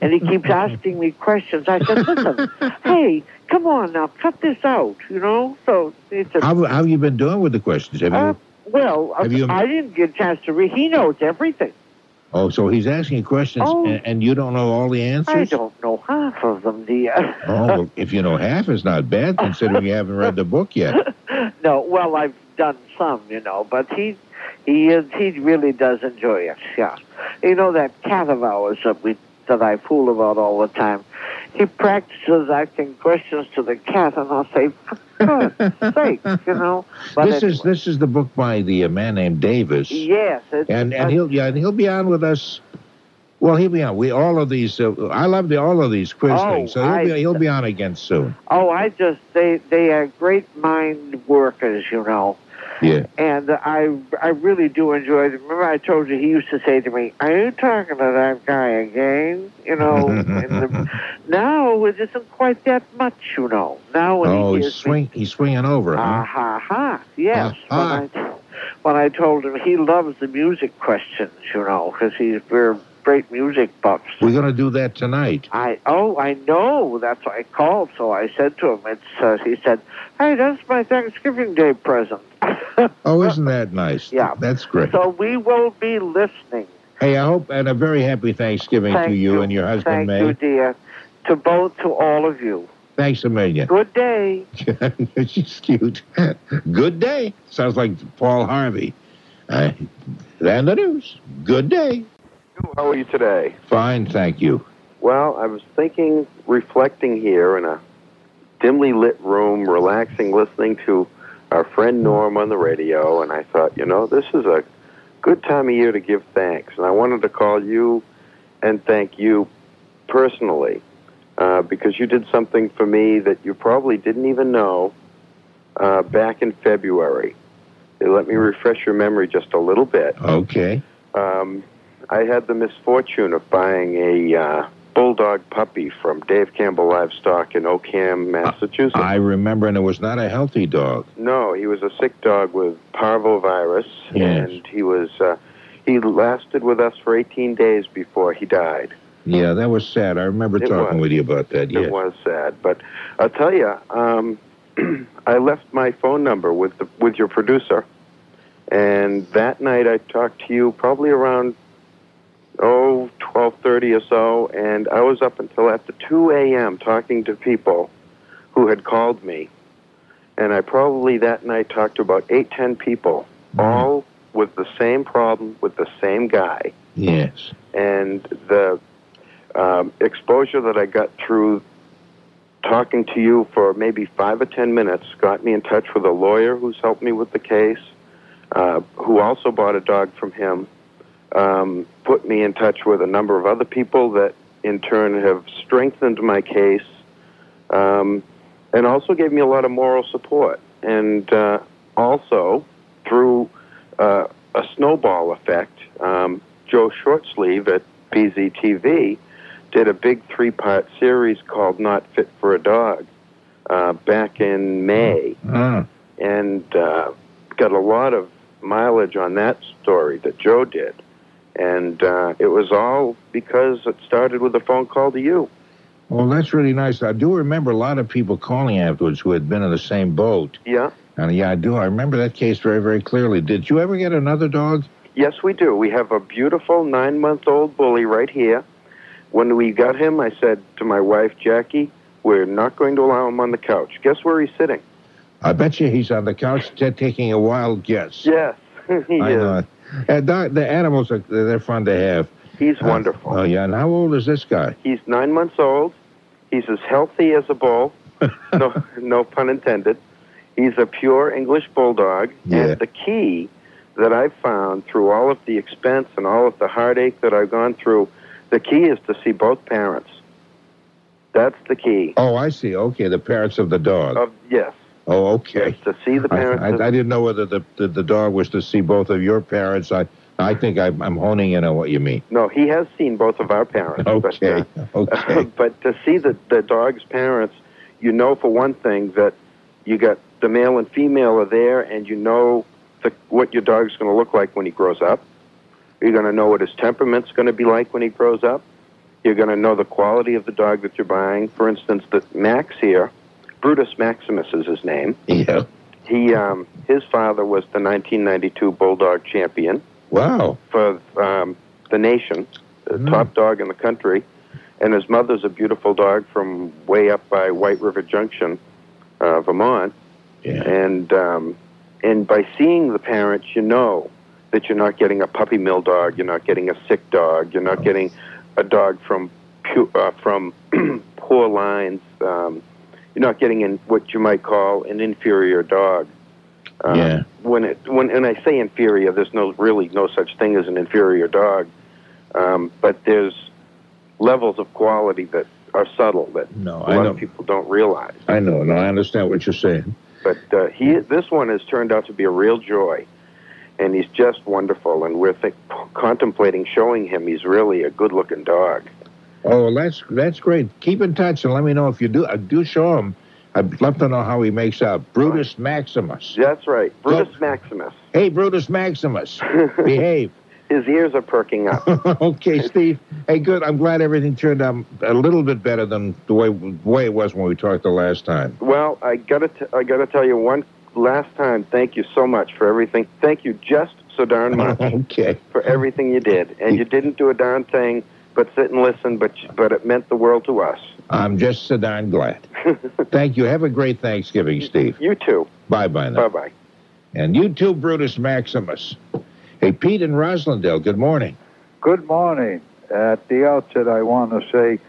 and he keeps asking me questions. I said, "Listen, hey, come on now, cut this out," you know. So it's a
How, how have you been doing with the questions? Have you,
Uh, well.
Have you-
I didn't get a chance to read. He knows everything.
oh, so he's asking questions,
Oh.
and, and you don't know all the answers?
I don't know half of them, uh, dear.
Oh, well, if you know half, it's not bad considering you haven't read the book yet.
no, well, I've done some, you know, but he he is, he really does enjoy it. Yeah, you know that cat of ours that we that I fool about all the time. He practices asking questions to the cat, and I'll say, "For God's sake," you know. But
this
it-
is this is the book by the uh, man named Davis,
yes, it's,
and and he'll yeah and he'll be on with us. Well, he'll be on. We all of these. Uh, I love the, all of these quiz
Oh,
things. So
I-
he'll be he'll be on again soon.
oh, I just they they are great mind workers, you know.
Yeah.
And I, I really do enjoy them. Remember, I told you he used to say to me, "Are you talking to that guy again?" You know. and the, now it isn't quite that much, you know. Now when
oh,
he
he's
hears
swing he's swinging over, huh?
Ah ha ha! Yes,
Uh-huh.
when I when I told him he loves the music questions, you know, because he's we're great music buffs.
We're going to do that tonight.
I oh I know that's why I called. So I said to him, it's uh, he said, "Hey, that's my Thanksgiving Day present."
Oh, isn't that nice?
Yeah.
That's great.
So we will be listening.
Hey, I hope and a very happy Thanksgiving
Thank
to you, and your husband,
Thank
May.
you, dear. To both, to all of you.
Thanks a million.
Good day.
She's cute. Good day. Sounds like Paul Harvey. Uh, and the news. Good day.
How are you today?
Fine, thank you.
Well, I was thinking, reflecting here in a dimly lit room, relaxing, listening to our friend Norm on the radio, and I thought, you know, this is a good time of year to give thanks. And I wanted to call you and thank you personally uh, because you did something for me that you probably didn't even know uh, back in February. Let me refresh your memory just a little bit.
Okay.
Um, I had the misfortune of buying a uh, bulldog puppy from Dave Campbell Livestock in Oakham, Massachusetts.
I remember, and it was not a healthy dog.
No, he was a sick dog with parvovirus,
Yes.
and he was uh, he lasted with us for 18 days before he died.
Yeah, that was sad. I remember
It
talking
was.
with you about that. Yeah.
It was sad, but I'll tell you, um, I left my phone number with the, with your producer, and that night I talked to you probably around oh twelve thirty or so, and I was up until after two a.m. talking to people who had called me, and I probably that night talked to about eight ten people,
Mm-hmm.
all with the same problem with the same guy
Yes.
and the um, exposure that I got through talking to you for maybe five or ten minutes got me in touch with a lawyer who's helped me with the case, uh, who also bought a dog from him, um, put me in touch with a number of other people that in turn have strengthened my case, um, and also gave me a lot of moral support. And uh, also, through uh, a snowball effect, um, Joe Shortsleeve at BZTV did a big three part series called Not Fit for a Dog uh, back in May
Ah.
and uh, got a lot of mileage on that story that Joe did. And uh, it was all because it started with a phone call to you.
Well, that's really nice. I do remember a lot of people calling afterwards who had been in the same boat.
Yeah.
And yeah, I do. I remember that case very, very clearly. Did you ever get another dog?
Yes, we do. We have a beautiful nine month old bully right here. When we got him, I said to my wife, Jackie, we're not going to allow him on the couch. Guess where he's sitting?
I bet you he's on the couch t- taking a wild guess.
Yes. he
I
is.
know. it. And doc, the animals are they're fun to have.
He's wonderful.
Oh yeah. And how old is this guy?
He's nine months old. He's as healthy as a bull. no, no pun intended. He's a pure English bulldog.
Yeah.
And the key that I've found through all of the expense and all of the heartache that I've gone through, the key is to see both parents. That's the key.
Oh, I see. Okay, the parents of the dog.
Of yes,
oh, okay.
to see the
I,
parents.
I,
of-
I didn't know whether the, the the dog was to see both of your parents. I I think I, I'm honing in on what you mean.
no, he has seen both of our parents.
Okay. Okay.
but to see the, the dog's parents, you know for one thing that you got the male and female are there, and you know the, what your dog's going to look like when he grows up. You're going to know what his temperament's going to be like when he grows up. You're going to know the quality of the dog that you're buying. For instance, that Max here, Brutus Maximus is his name.
Yeah.
He, um, his father was the 1992 Bulldog champion
Wow.
for um, the nation, the top dog in the country, and his mother's a beautiful dog from way up by White River Junction, uh, Vermont. And um, and by seeing the parents, you know that you're not getting a puppy mill dog, you're not getting a sick dog, you're not getting a dog from pu- uh, from poor lines. Um, you're not getting in what you might call an inferior dog. Uh,
yeah.
When it when and I say inferior, there's no really no such thing as an inferior dog, um, but there's levels of quality that are subtle that
No,
a
I
lot
know.
of people don't realize.
I know. No, I understand what you're saying.
But uh, he this one has turned out to be a real joy, and he's just wonderful. And we're think, contemplating showing him he's really a good-looking dog.
Oh, well, that's that's great. Keep in touch and let me know if you do. I do show him. I'd love to know how he makes out. Brutus Maximus.
That's right, Brutus Maximus.
Hey, Brutus Maximus, behave.
His ears are perking up.
okay, Steve. Hey, good. I'm glad everything turned out a little bit better than the way the way it was when we talked the last time.
Well, I gotta, t- I gotta tell you one last time. Thank you so much for everything. Thank you just so darn much
okay.
for everything you did, and you didn't do a darn thing but sit and listen. But but it meant the world to us.
I'm just so darn glad. Thank you. Have a great Thanksgiving, Steve.
You too.
Bye bye now.
Bye bye.
And you too, Brutus Maximus. Hey, Pete in Roslindale. Good morning.
Good morning. At the outset, I want to say,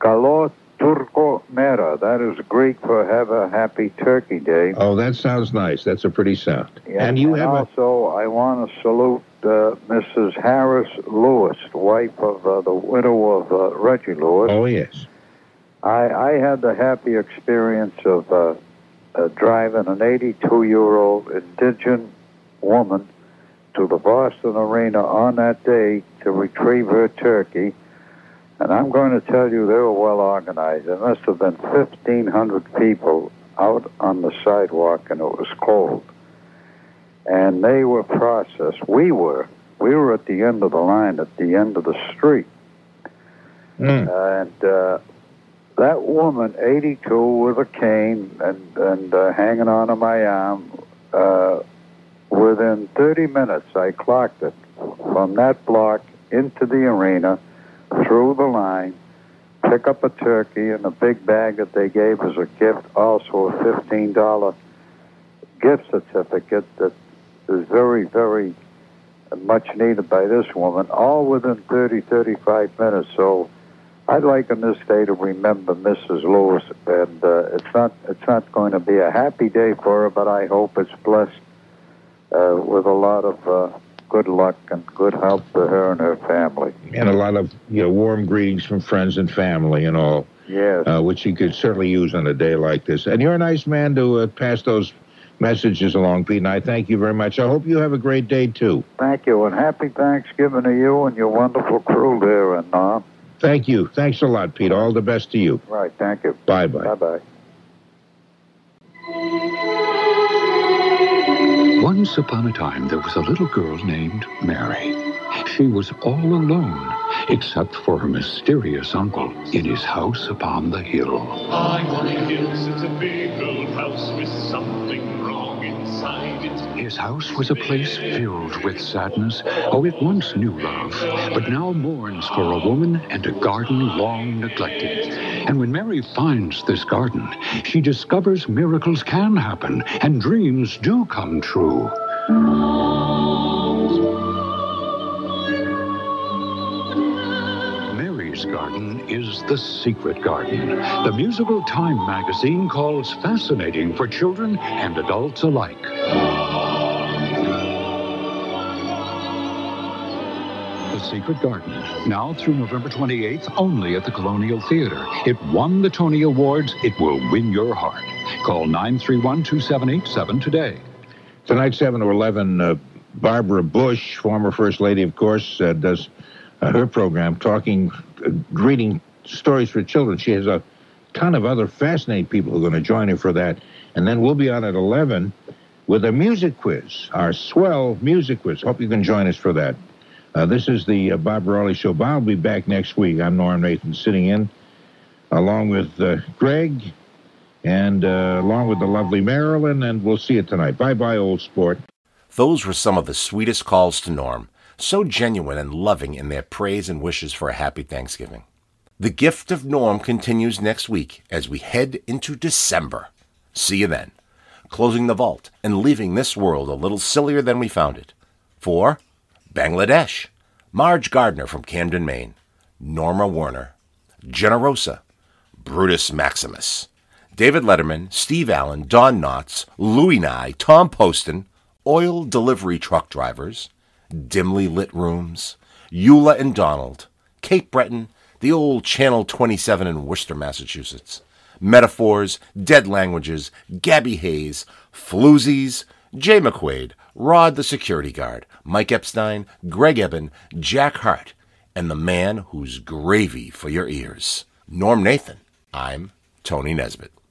Galo Turco Mera. That is Greek for have a happy turkey day.
Oh, that sounds nice. That's a pretty sound.
and you have also, I want to salute uh, Mrs. Harris Lewis, wife of uh, the widow of uh, Reggie Lewis.
Oh, yes.
I, I had the happy experience of uh, uh, driving an 82 year old indigent woman to the Boston Arena on that day to retrieve her turkey. And I'm going to tell you, they were well organized. There must have been 1,500 people out on the sidewalk, and it was cold. And they were processed. We were. We were at the end of the line, at the end of the street. And uh, that woman, 82, with a cane and, and uh, hanging onto my arm, uh, within 30 minutes, I clocked it from that block into the arena, through the line, pick up a turkey and a big bag that they gave as a gift, also a $15 gift certificate that is very, very much needed by this woman, all within 30, 35 minutes. So, I'd like in this day to remember Mrs. Lewis, and uh, it's not it's not going to be a happy day for her, but I hope it's blessed uh, with a lot of uh, good luck and good help to her and her family.
And a lot of you know warm greetings from friends and family and all,
Yes,
uh, which you could certainly use on a day like this. And you're a nice man to uh, pass those messages along, Pete. And I thank you very much. I hope you have a great day too.
thank you, and happy Thanksgiving to you and your wonderful crew there, and uh,
Thank you. Thanks a lot, Pete. All the best to you.
right, thank you.
Bye bye.
Bye bye.
Once upon a time, there was a little girl named Mary. She was all alone, except for her mysterious uncle in his house upon the hill.
I'm on a hill sits a big old house with something wrong inside its
His house was a place filled with sadness. Oh, it once knew love, but now mourns for a woman and a garden long neglected. And when Mary finds this garden, she discovers miracles can happen and dreams do come true. Mary's Garden is The Secret Garden. The musical Time magazine calls fascinating for children and adults alike. The Secret Garden, now through November 28th, only at the Colonial Theater. It won the Tony Awards. It will win your heart. Call 931 2787 today.
Tonight, 7 to 11, uh, Barbara Bush, former First Lady, of course, uh, does uh, her program talking, uh, reading stories for children. She has a ton of other fascinating people who are going to join her for that. And then we'll be on at 11 with a music quiz, our swell music quiz. Hope you can join us for that. Uh, this is the uh, Bob Rawley Show. Bob will be back next week. I'm Norm Nathan sitting in along with uh, Greg and uh, along with the lovely Marilyn, and we'll see you tonight. Bye bye, old sport.
Those were some of the sweetest calls to Norm, so genuine and loving in their praise and wishes for a happy Thanksgiving. The gift of Norm continues next week as we head into December. See you then. Closing the vault and leaving this world a little sillier than we found it. For Bangladesh, Marge Gardner from Camden, Maine, Norma Warner, Generosa, Brutus Maximus. David Letterman, Steve Allen, Don Knotts, Louie Nye, Tom Poston, oil delivery truck drivers, dimly lit rooms, Eula and Donald, Cape Breton, the old Channel 27 in Worcester, Massachusetts, metaphors, dead languages, Gabby Hayes, floozies, Jay McQuaid, Rod the security guard, Mike Epstein, Greg Eben, Jack Hart, and the man who's gravy for your ears, Norm Nathan. I'm Tony Nesbitt.